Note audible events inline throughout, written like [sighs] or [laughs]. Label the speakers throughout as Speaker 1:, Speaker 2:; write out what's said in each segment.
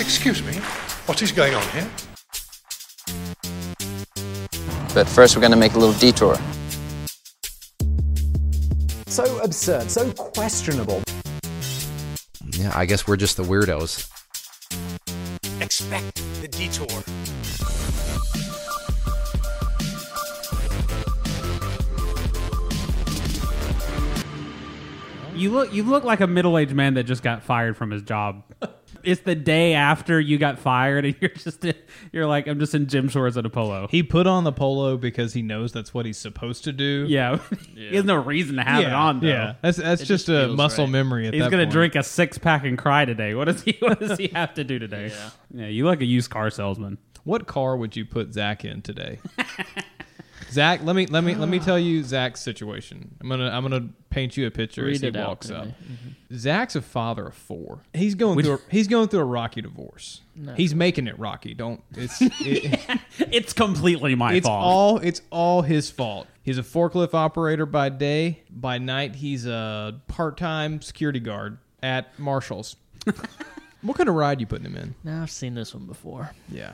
Speaker 1: Excuse me, what is going on here?
Speaker 2: But first, we're going to make a little detour.
Speaker 3: So absurd, so questionable.
Speaker 4: Yeah, I guess we're just the weirdos.
Speaker 5: Expect the detour.
Speaker 6: You look you look like a middle aged man that just got fired from his job. [laughs] it's the day after you got fired, and [laughs] you're just you're like I'm just in gym shorts and a polo.
Speaker 7: He put on the polo because he knows that's what he's supposed to do.
Speaker 6: yeah. [laughs] he has no reason to have it
Speaker 7: yeah,
Speaker 6: on. Though.
Speaker 7: yeah. That's that's just,
Speaker 5: just
Speaker 7: a
Speaker 5: feels
Speaker 7: muscle
Speaker 5: right.
Speaker 7: memory at
Speaker 6: He's
Speaker 7: that
Speaker 6: gonna
Speaker 7: point.
Speaker 6: drink a six pack and cry today. What does he? [laughs] What does he have to do today? Yeah, you look like a used car salesman.
Speaker 7: What car would you put Zach in today? Zach, let me let me let me tell you Zach's situation. I'm gonna I'm gonna paint you a picture as
Speaker 5: Read
Speaker 7: he
Speaker 5: it out
Speaker 7: walks
Speaker 5: to
Speaker 7: up.
Speaker 5: me.
Speaker 7: Zach's a father of four. He's going through a, he's going through a rocky divorce. He's making it rocky. Don't it's it,
Speaker 6: [laughs] It's completely my
Speaker 7: it's
Speaker 6: fault.
Speaker 7: all it's all his fault. He's a forklift operator by day. By night, he's a part time security guard at Marshalls. what kind of ride you putting him in?
Speaker 5: Now I've seen this one before.
Speaker 7: Yeah,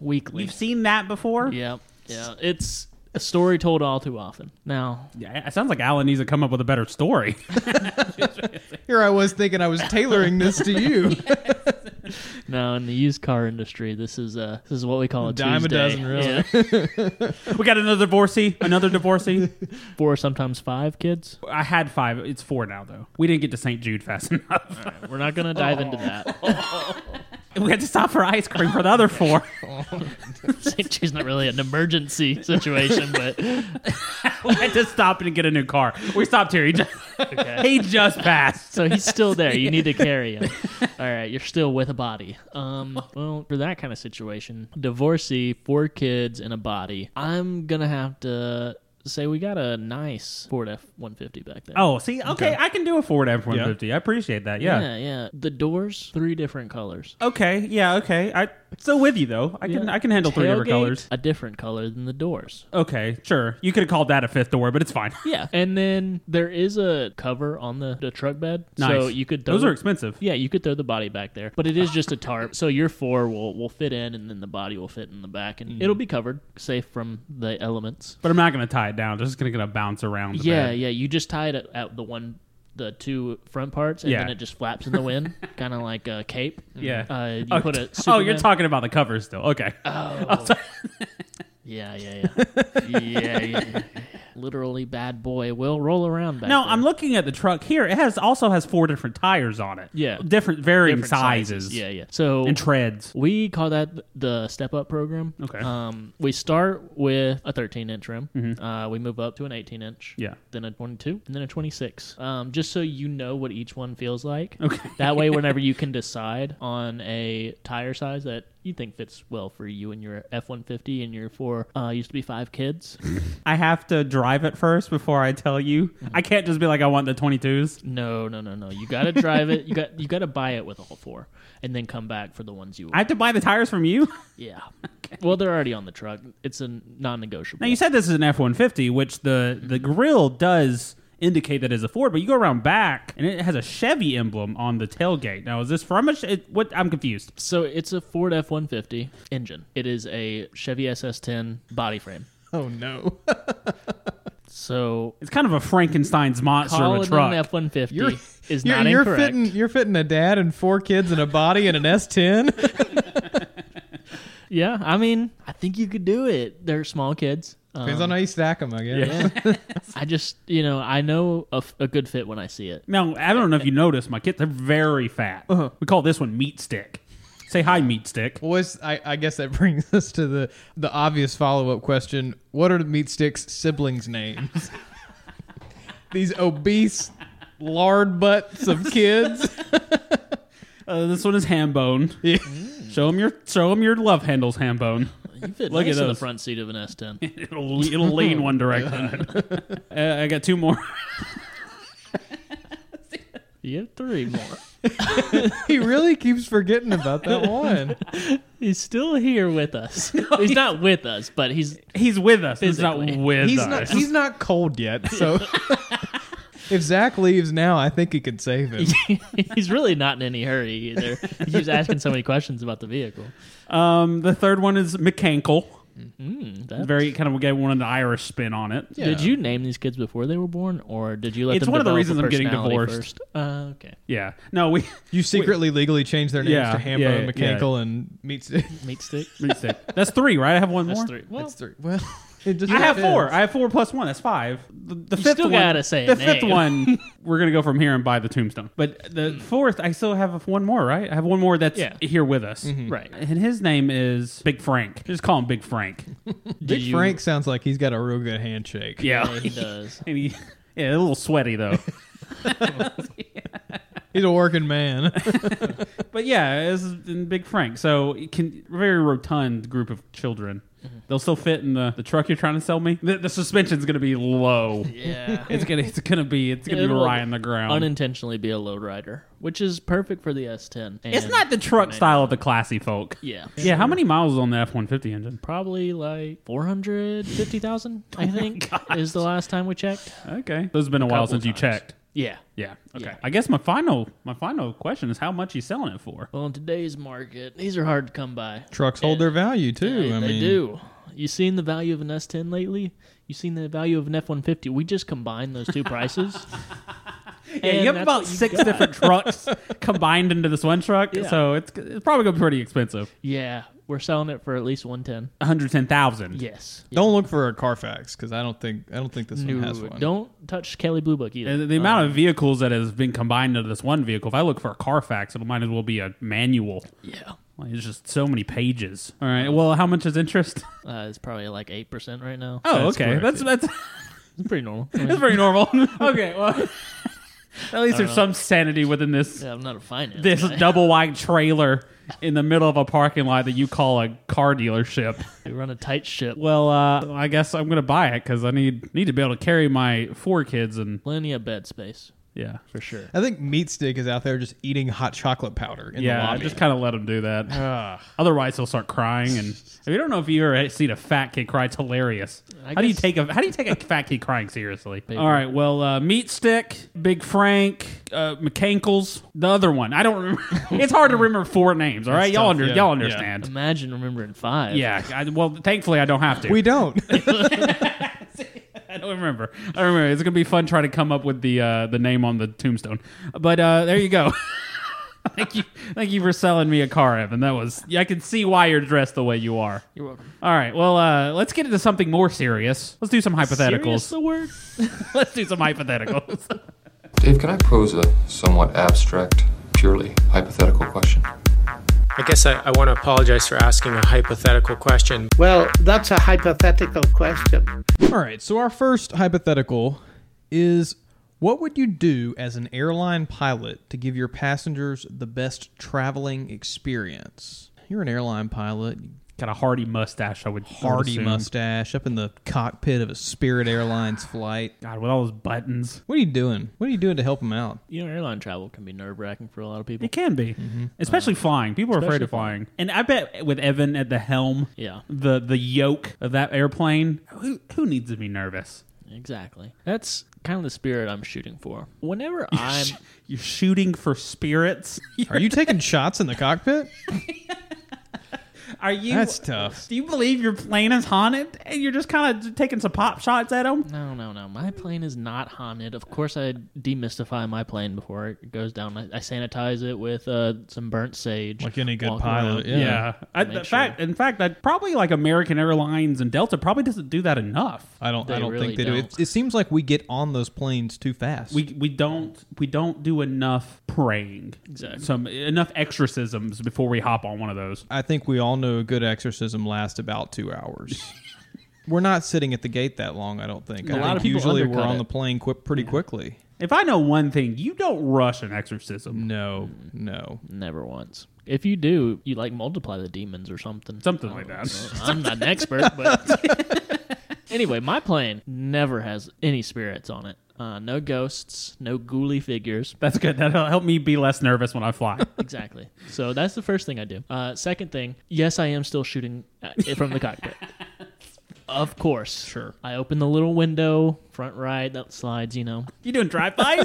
Speaker 5: Weekly.
Speaker 6: You've seen that before.
Speaker 5: Yeah, yeah. It's a story told all too often. Now,
Speaker 6: Yeah, it sounds like Alan needs to come up with a better story. [laughs]
Speaker 7: here I was thinking I was tailoring this to you. [laughs]
Speaker 5: now in the used car industry, this is uh this is what we call a
Speaker 7: Dime a
Speaker 5: Tuesday.
Speaker 7: dozen, really.
Speaker 5: Yeah.
Speaker 6: we got another divorcee, another [laughs] divorcee.
Speaker 5: Four, sometimes five kids.
Speaker 6: I had five. It's four now, though. We didn't get to St. Jude fast [laughs] enough.
Speaker 5: We're not gonna dive into [laughs] that.
Speaker 6: We had to stop for ice cream for the other four.
Speaker 5: She's not really an emergency situation, but
Speaker 6: [laughs] we had to stop and get a new car. We stopped here. He just, [laughs] he just passed.
Speaker 5: so he's still there. You need to carry [laughs] him. All right, you're still with a body. Um, well, for that kind of situation, divorcee, four kids, and a body. I'm gonna have to say we got a nice Ford F-150 back there.
Speaker 6: Oh, see, okay, I can do a Ford F one fifty. I appreciate that. Yeah.
Speaker 5: yeah, yeah. The doors, three different colors.
Speaker 6: Okay. Yeah. Okay. I still with you though. I can
Speaker 5: Yeah.
Speaker 6: I can handle three different
Speaker 5: Tailgate,
Speaker 6: colors.
Speaker 5: A different color than the doors.
Speaker 6: Okay. Sure. You could have called that a fifth door, but it's fine. [laughs]
Speaker 5: Yeah. And then there is a cover on the, the truck bed.
Speaker 6: Nice.
Speaker 5: So you could throw
Speaker 6: Those are expensive.
Speaker 5: Yeah, you could throw the body back there. But it is just a tarp. so your four will, will fit in and then the body will fit in the back
Speaker 6: Mm.
Speaker 5: and it'll be covered, safe from the elements.
Speaker 6: But I'm not gonna tie it down. They're just gonna gonna bounce around. The
Speaker 5: yeah,
Speaker 6: bed.
Speaker 5: yeah. You just tie it at, at the one the two front parts and
Speaker 6: Yeah.
Speaker 5: then it just flaps in the wind. kinda like a cape.
Speaker 6: [laughs] Yeah.
Speaker 5: Uh, you
Speaker 6: [laughs] oh,
Speaker 5: put a
Speaker 6: oh, you're
Speaker 5: Superman- Ah,
Speaker 6: talking about the covers still. Okay.
Speaker 5: Yeah, yeah, yeah. yeah, yeah, yeah. Literally bad boy will roll around back
Speaker 6: no,
Speaker 5: there.
Speaker 6: I'm looking at the truck here. It has also has four different tires on it.
Speaker 5: Yeah.
Speaker 6: Different varying
Speaker 5: Different
Speaker 6: sizes.
Speaker 5: Yeah, yeah. So
Speaker 6: And treads.
Speaker 5: We call that the step up program.
Speaker 6: Okay.
Speaker 5: Um, we start with a 13 inch rim. Uh, we move up to an 18 inch.
Speaker 6: Mm-hmm. Yeah.
Speaker 5: Then a 22, and then a 26. Um, just so you know what each one feels like.
Speaker 6: Okay.
Speaker 5: that way,
Speaker 6: [laughs]
Speaker 5: whenever you can decide on a tire size that you think fits well for you and your F 150 and your four, uh, used to be five kids.
Speaker 6: I have to drive it first before I tell you. I can't just be like I want the 22s.
Speaker 5: no, no, no, no. You got to drive it. You got you got to buy it with all four, and then come back for the ones you.
Speaker 6: I have to buy the tires from you. [laughs]
Speaker 5: Yeah. Well, they're already on the truck. It's a non-negotiable.
Speaker 6: Now you said this is an F one fifty, which the the grill does indicate that is a Ford, but you go around back and it has a Chevy emblem on the tailgate. Now is this from a? Che- It, what I'm confused.
Speaker 5: so it's a Ford F-150 engine. It is a Chevy SS10 body frame.
Speaker 7: Oh no.
Speaker 5: So
Speaker 6: It's kind of a Frankenstein's monster of
Speaker 5: calling
Speaker 6: a
Speaker 5: it an
Speaker 6: truck.
Speaker 5: F-150
Speaker 7: You're-
Speaker 5: is
Speaker 7: you're,
Speaker 5: not
Speaker 7: you're
Speaker 5: incorrect.
Speaker 7: fitting you're fitting a dad and four kids and a body and an S10.
Speaker 5: Yeah, I mean, I think you could do it. They're small kids. Um,
Speaker 7: Depends on how you stack them, I guess.
Speaker 5: I just, you know, I know a, f- a good fit when I see it.
Speaker 6: now I don't know if you noticed, my kids are very fat. We call this one meat stick. Say hi, meat stick.
Speaker 7: Well, it's- I, I guess that [laughs] brings us to the the obvious follow up question: What are the meat sticks' siblings' names? [laughs] These obese lard butts of kids.
Speaker 6: [laughs] Uh, this one is Hambone. Show him your show him your love handles, Hambone.
Speaker 5: You fit
Speaker 6: Look
Speaker 5: nice
Speaker 6: at
Speaker 5: in the
Speaker 6: those.
Speaker 5: front seat of an
Speaker 6: [laughs]
Speaker 5: S10.
Speaker 6: It'll, it'll [laughs] lean one direction. [laughs] uh, I got two more.
Speaker 5: you have three more.
Speaker 7: he really keeps forgetting about that one.
Speaker 5: He's still here
Speaker 6: [laughs]
Speaker 5: with us. he's not with us, but he's [laughs]
Speaker 6: He's with us. He's not
Speaker 5: Physically.
Speaker 6: with
Speaker 7: He's
Speaker 6: us.
Speaker 7: not he's not cold yet, so [laughs] If Zach leaves now, I think he could save him.
Speaker 5: He's really not in any hurry either. He keeps asking so many questions about the vehicle.
Speaker 6: Um, the third one is McCankle.
Speaker 5: That-
Speaker 6: Very kind of gave one an Irish spin on it.
Speaker 7: Yeah.
Speaker 5: Did you name these kids before they were born, or did you let
Speaker 6: It's
Speaker 5: them?
Speaker 6: one of the
Speaker 5: develop a
Speaker 6: reasons I'm getting
Speaker 5: personality
Speaker 6: divorced.
Speaker 5: First? Uh, okay,
Speaker 6: Yeah. No, we. [laughs]
Speaker 7: You secretly legally changed their names
Speaker 6: Yeah,
Speaker 7: to Hambo
Speaker 6: yeah,
Speaker 7: and
Speaker 6: yeah.
Speaker 7: McCankle and Meat Stick.
Speaker 6: [laughs]
Speaker 5: meat stick.
Speaker 6: Let me see. That's three, right? I have one
Speaker 5: That's
Speaker 6: more.
Speaker 5: three. Well,
Speaker 7: That's three. Well, it just
Speaker 6: I have
Speaker 7: depends.
Speaker 6: four. I have four plus one. That's five. The, the
Speaker 5: You
Speaker 6: fifth
Speaker 5: still
Speaker 6: one,
Speaker 5: gotta say
Speaker 6: the
Speaker 5: a
Speaker 6: fifth
Speaker 5: name. [laughs] Mm.
Speaker 6: one. We're gonna go from here and buy the tombstone. But the fourth, I still have one more. Right? I have one more that's
Speaker 5: Yeah.
Speaker 6: here with us.
Speaker 5: right.
Speaker 6: And his name is Big Frank. Just call him Big Frank.
Speaker 5: Did
Speaker 7: Big Frank sounds like he's got a real good handshake.
Speaker 5: Yeah,
Speaker 6: [laughs]
Speaker 5: [laughs] he does.
Speaker 6: And he, yeah, a little sweaty though.
Speaker 7: He's a working man.
Speaker 6: [laughs] but yeah, this is in Big Frank. So it can very rotund group of children.
Speaker 5: Mm-hmm.
Speaker 6: They'll still fit in the, the truck you're trying to sell me. The, the suspension's gonna be low.
Speaker 5: [laughs] Yeah.
Speaker 6: It's gonna it's gonna be it's gonna be
Speaker 5: It'll
Speaker 6: right in the ground.
Speaker 5: Unintentionally be a low rider, which is perfect for the S10.
Speaker 6: it's
Speaker 5: and-
Speaker 6: not the truck style of the classy folk.
Speaker 5: Yeah.
Speaker 6: Yeah, how many miles is on the F one fifty engine?
Speaker 5: Probably like four hundred fifty thousand.
Speaker 6: [laughs] Oh
Speaker 5: I think is the last time we checked.
Speaker 6: Okay, this has been a, while
Speaker 5: couple
Speaker 6: since you
Speaker 5: times.
Speaker 6: checked.
Speaker 5: Yeah.
Speaker 6: Yeah. Okay.
Speaker 5: Yeah.
Speaker 6: I guess my final my final question is how much he's selling it for.
Speaker 5: Well, in today's market, these are hard to come by.
Speaker 7: Trucks hold their value too.
Speaker 5: They,
Speaker 7: I
Speaker 5: they
Speaker 7: mean,
Speaker 5: do. You seen the value of an S10 lately? You seen the value of an F150? We just combined those two
Speaker 7: [laughs]
Speaker 5: prices.
Speaker 6: Yeah, you have
Speaker 5: that's
Speaker 6: about
Speaker 5: what
Speaker 6: six different
Speaker 5: [laughs]
Speaker 6: trucks combined into this one truck,
Speaker 5: Yeah.
Speaker 6: so it's, it's probably gonna be pretty expensive.
Speaker 5: Yeah, we're selling it for at least 110.
Speaker 6: One hundred ten thousand.
Speaker 5: Yes.
Speaker 7: Don't look for a Carfax because I don't think I don't think this
Speaker 5: No,
Speaker 7: one has one.
Speaker 5: don't touch Kelly Blue Book either.
Speaker 6: And Uh, the amount of vehicles that has been combined into this one vehicle, if I look for a Carfax, it might as well be a manual.
Speaker 5: yeah.
Speaker 6: Like, it's just so many pages. All right. Well, how much is interest?
Speaker 5: Uh, it's probably like 8% right now.
Speaker 6: [laughs] Oh,
Speaker 7: That's
Speaker 6: okay.
Speaker 7: correct,
Speaker 6: That's [laughs] that's
Speaker 5: It's pretty
Speaker 6: [laughs]
Speaker 5: normal. I mean,
Speaker 6: that's very normal. okay. Well, [laughs] at least there's some sanity within this
Speaker 5: yeah, I'm not a
Speaker 6: [laughs]
Speaker 5: finance.
Speaker 6: this
Speaker 5: guy.
Speaker 6: double wide trailer in the middle of a parking lot that you call a car dealership.
Speaker 5: We run a tight ship.
Speaker 6: Well, uh, I guess I'm gonna buy it because I need need to be able to carry my four kids and
Speaker 5: Plenty of bed space.
Speaker 6: yeah.
Speaker 5: For sure.
Speaker 7: I think Meat Stick is out there just eating hot chocolate powder in the
Speaker 6: Yeah, I
Speaker 7: lobby.
Speaker 6: just kind of let him do that.
Speaker 7: Ah.
Speaker 6: Otherwise, he'll start crying,
Speaker 7: [laughs]
Speaker 6: and I, mean, I don't know if you ever seen a fat kid cry. It's hilarious. how
Speaker 5: I
Speaker 6: do you
Speaker 5: guess-
Speaker 6: take a How do you take a fat kid crying seriously?
Speaker 5: Paper.
Speaker 6: All right, well, uh, Meat Stick, Big Frank, uh, McCankles, the other one. I don't remember. [laughs] it's hard to remember four names. All right, y'all
Speaker 7: tough,
Speaker 6: under,
Speaker 7: yeah,
Speaker 6: y'all
Speaker 7: yeah.
Speaker 6: understand.
Speaker 5: Imagine remembering five.
Speaker 6: Yeah. I, well, thankfully, I don't have to.
Speaker 7: we don't. [laughs]
Speaker 6: [laughs] I don't remember. I don't remember. It's gonna be fun trying to come up with the uh, the name on the tombstone. But uh, there you go. [laughs] thank you, thank you for selling me a car, Evan. That was. Yeah, I can see why you're dressed the way you are.
Speaker 5: You're welcome.
Speaker 6: All right. Well, uh, let's get into something more serious. Let's do some
Speaker 5: Serious
Speaker 6: hypotheticals.
Speaker 5: the word?
Speaker 6: [laughs] let's do some hypotheticals. [laughs]
Speaker 8: Dave, can I pose a somewhat abstract, purely hypothetical question?
Speaker 9: I guess I, I want to apologize for asking a hypothetical question.
Speaker 10: Well, that's a hypothetical question.
Speaker 7: All right. So our first hypothetical is: What would you do as an airline pilot to give your passengers the best traveling experience? You're an airline pilot.
Speaker 6: Got a hardy mustache. I would I would
Speaker 7: Hardy
Speaker 6: assume.
Speaker 7: mustache up in the cockpit of a Spirit Airlines flight.
Speaker 6: God, with all those buttons,
Speaker 7: What are you doing? What are you doing to help them out?
Speaker 5: You know, airline travel can be nerve wracking for a lot of people.
Speaker 6: it can be, especially flying. People are afraid
Speaker 5: Mm-hmm. Uh, especially
Speaker 6: of flying, and I bet with Evan at the helm,
Speaker 5: Yeah.
Speaker 6: the the yoke of that airplane. Who who needs to be nervous?
Speaker 5: Exactly. That's kind of the spirit I'm shooting for.
Speaker 7: [laughs]
Speaker 5: Whenever
Speaker 6: [laughs]
Speaker 5: I'm
Speaker 6: You're shooting for spirits. [laughs]
Speaker 7: Are you taking shots in the cockpit?
Speaker 6: Are you?
Speaker 7: That's tough.
Speaker 6: Do you believe your plane is haunted and you're just kind of taking some pop shots at them?
Speaker 5: No, no, no. My plane is not haunted. Of course, I demystify my plane before it goes down. I, I sanitize it with uh, some burnt sage.
Speaker 7: Like any good
Speaker 5: walk
Speaker 7: pilot,
Speaker 5: around.
Speaker 7: Yeah.
Speaker 6: I,
Speaker 5: Make
Speaker 6: the fact, in fact, that probably like American Airlines and Delta probably doesn't do that enough.
Speaker 7: I don't. I
Speaker 5: They
Speaker 7: don't
Speaker 5: really
Speaker 7: think they do.
Speaker 5: don't.
Speaker 7: It, it seems like we get on those planes too fast.
Speaker 6: We we don't we don't do enough praying,
Speaker 5: Exactly.
Speaker 6: some enough exorcisms before we hop on one of those.
Speaker 7: I think we all know a good exorcism lasts about two [laughs] hours. we're not sitting at the gate that long. I don't think. I
Speaker 5: A lot
Speaker 7: think
Speaker 5: of people
Speaker 7: usually we're
Speaker 5: undercut
Speaker 7: on
Speaker 5: it.
Speaker 7: the plane qui- pretty quickly.
Speaker 6: If I know one thing, you don't rush an
Speaker 7: Mm.
Speaker 6: exorcism.
Speaker 7: No, no.
Speaker 5: Never once. If you do, you like multiply the demons or something.
Speaker 6: Something
Speaker 5: I
Speaker 6: like
Speaker 5: don't
Speaker 6: that.
Speaker 7: [laughs]
Speaker 5: know. I'm not an expert, but [laughs] anyway, my plane never has any spirits on it. Uh, no ghosts, no ghouly figures.
Speaker 6: That's good. That'll help me be less nervous when I fly.
Speaker 5: Exactly. So
Speaker 6: [laughs]
Speaker 5: that's the first thing I do. Uh, second thing, yes, I am still shooting uh, from the cockpit. Of course. Sure. I open the little window, front right, that slides, you know.
Speaker 6: You doing
Speaker 5: [laughs]
Speaker 6: drive-bys?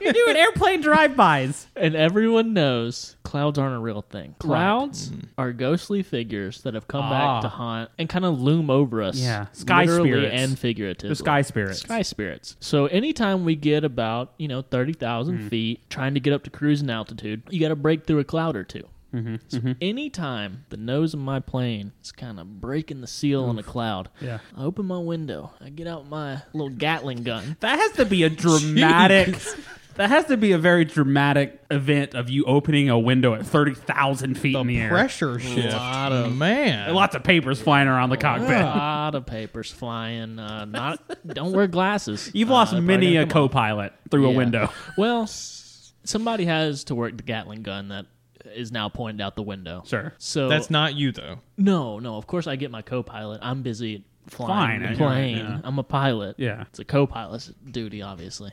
Speaker 6: You're doing airplane drive-bys.
Speaker 5: And everyone knows clouds aren't a real thing. Clouds are ghostly figures that have come
Speaker 6: Ah.
Speaker 5: back to haunt and kind of loom over us.
Speaker 6: Yeah. Sky
Speaker 5: literally
Speaker 6: spirits.
Speaker 5: and figuratively.
Speaker 6: The sky spirits.
Speaker 5: Sky spirits. So anytime we get about, you know, 30,000
Speaker 6: Hmm.
Speaker 5: feet trying to get up to cruising altitude, you got to break through a cloud or 2
Speaker 6: Mm-hmm,
Speaker 5: So anytime the nose of my plane is kind of breaking the seal on a cloud,
Speaker 6: Yeah.
Speaker 5: I open my window. I get out my little Gatling gun.
Speaker 6: [laughs] That has to be a dramatic. [laughs] that has to be a very dramatic event of you opening a window at thirty thousand feet in the air.
Speaker 7: Pressure shift. man.
Speaker 6: Lots of papers flying around the cockpit.
Speaker 5: a [laughs] lot of papers flying. Uh, not don't wear glasses.
Speaker 6: [laughs] You've
Speaker 5: Uh,
Speaker 6: lost
Speaker 5: they're probably
Speaker 6: many
Speaker 5: gonna
Speaker 6: a
Speaker 5: come on.
Speaker 6: co-pilot through a
Speaker 5: Yeah.
Speaker 6: window. [laughs]
Speaker 5: Well, s- somebody has to work the Gatling gun that is now pointed out the window.
Speaker 6: Sure.
Speaker 5: So
Speaker 7: That's not you, though.
Speaker 5: no, no. Of course, I get my co-pilot. I'm busy flying
Speaker 6: Fine,
Speaker 5: the
Speaker 6: I know,
Speaker 5: plane.
Speaker 6: yeah.
Speaker 5: I'm a pilot.
Speaker 6: Yeah.
Speaker 5: it's a co-pilot's duty,
Speaker 6: [laughs]
Speaker 5: obviously.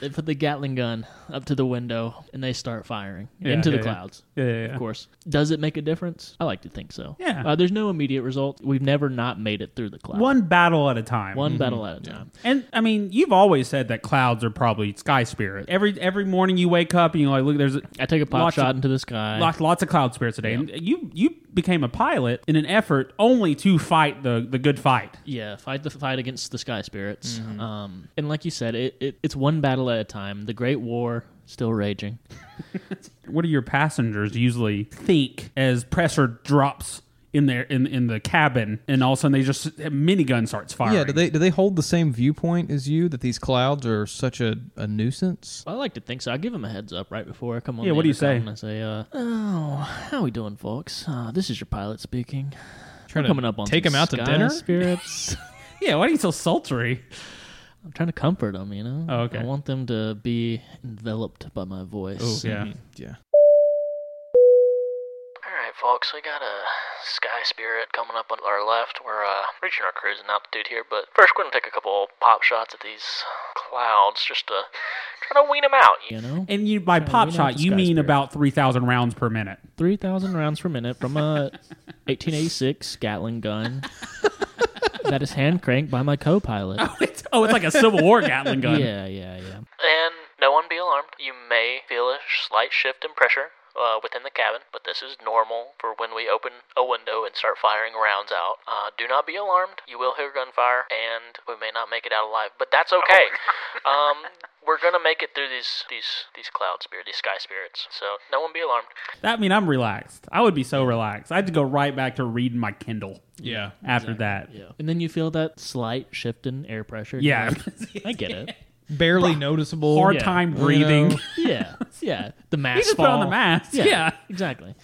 Speaker 5: they put the Gatling gun up to the window and they start firing
Speaker 6: Yeah,
Speaker 5: into
Speaker 6: yeah,
Speaker 5: the
Speaker 6: yeah.
Speaker 5: clouds.
Speaker 6: Yeah, yeah, yeah.
Speaker 5: Of course. Does it make a difference? I like to think so.
Speaker 6: Yeah.
Speaker 5: Uh, there's no immediate result. We've never not made it through the clouds.
Speaker 6: One Mm-hmm. battle at a time.
Speaker 5: One battle at a time.
Speaker 6: And I mean, you've always said that clouds are probably sky spirits. Every every morning you wake up and you're like, look, there's a-
Speaker 5: I take a pop
Speaker 6: Lots
Speaker 5: shot
Speaker 6: of-
Speaker 5: into the sky.
Speaker 6: lots, lots of cloud spirits today. And you you became a pilot in an effort only to fight the the good fight.
Speaker 5: Yeah, fight the fight against the sky spirits.
Speaker 6: Mm-hmm.
Speaker 5: Um, and like you said, it, it it's one battle at a time. The Great War still raging.
Speaker 6: What do your passengers usually think as pressure drops in their in in the cabin, and all of a sudden they just a minigun starts firing?
Speaker 7: Yeah, do they do they hold the same viewpoint as you that these clouds are such a, a nuisance?
Speaker 5: I like to think so. I give them a heads up right before I come on.
Speaker 6: Yeah,
Speaker 5: the
Speaker 6: what do you
Speaker 5: intercom
Speaker 6: say?
Speaker 5: and I say, uh, "Oh, how we doing, folks? Uh, this is your pilot speaking.
Speaker 7: Trying
Speaker 5: Coming up on
Speaker 7: take
Speaker 5: some
Speaker 7: them out to
Speaker 5: sky
Speaker 7: dinner. [laughs]
Speaker 5: spirits.
Speaker 6: Yeah, why are you so sultry?
Speaker 5: I'm trying to comfort them. You know.
Speaker 6: Oh, okay.
Speaker 5: I want them to be enveloped by my voice.
Speaker 6: yeah.
Speaker 7: Oh, Yeah.
Speaker 5: All right, folks, we got a sky spirit coming up on our left. We're uh, reaching our cruising altitude here, but first we're gonna take a couple pop shots at these clouds just to try to wean them out. You know,
Speaker 6: And you by pop
Speaker 5: we know
Speaker 6: shot,
Speaker 5: the
Speaker 6: you
Speaker 5: sky
Speaker 6: mean
Speaker 5: spirit.
Speaker 6: about three thousand rounds per minute. [laughs]
Speaker 5: three thousand rounds per minute from a 1886 Gatling gun that is hand cranked by my co-pilot.
Speaker 6: It's, oh, it's like a Civil War Gatling gun.
Speaker 5: Yeah, yeah, yeah. And no one be alarmed. You may feel a slight shift in pressure uh, within the cabin, but this is normal for when we open a window and start firing rounds out. Uh, do not be alarmed. You will hear gunfire, and we may not make it out alive, but that's okay. um, we're gonna make it through these these these cloud spirits, these sky spirits. So no one be alarmed.
Speaker 6: That mean I'm relaxed. I would be so relaxed. I had to go right back to reading my Kindle
Speaker 7: Yeah.
Speaker 6: after that.
Speaker 5: Yeah. And then you feel that slight shift in air pressure.
Speaker 6: Yeah. [laughs]
Speaker 5: I get it.
Speaker 7: Barely noticeable.
Speaker 6: Hard
Speaker 5: Yeah.
Speaker 6: time
Speaker 7: You
Speaker 6: breathing.
Speaker 7: know.
Speaker 5: Yeah, yeah. The
Speaker 6: [laughs]
Speaker 5: mask.
Speaker 6: You just put on the mask. Yeah.
Speaker 5: exactly.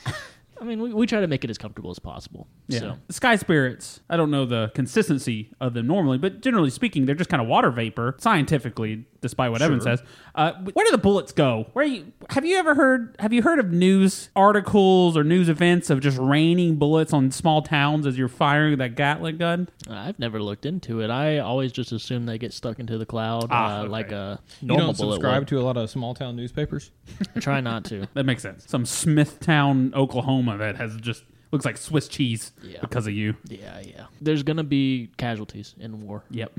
Speaker 5: I mean, we, we try to make it as comfortable as possible.
Speaker 6: Yeah.
Speaker 5: So
Speaker 6: Sky spirits, I don't know the consistency of them normally, but generally speaking, they're just kind of water vapor, scientifically, despite what Evan says. Uh, where do the bullets go? Where you, have you ever heard have you heard of news articles or news events of just raining bullets on small towns as you're firing that Gatling gun?
Speaker 5: uh, I've never looked into it. I always just assume they get stuck into the cloud,
Speaker 6: Ah,
Speaker 5: uh,
Speaker 6: okay.
Speaker 5: like a
Speaker 7: You
Speaker 5: normal
Speaker 7: don't
Speaker 5: bullet.
Speaker 7: subscribe
Speaker 5: would.
Speaker 7: to a lot of small town newspapers.
Speaker 5: [laughs] Try
Speaker 6: [laughs]
Speaker 5: not to.
Speaker 6: That makes sense. Some Smithtown, Oklahoma that has just looks like Swiss cheese
Speaker 5: Yeah.
Speaker 6: because of you.
Speaker 5: Yeah, yeah. There's gonna be casualties in
Speaker 6: [laughs]
Speaker 5: war.
Speaker 6: Yep.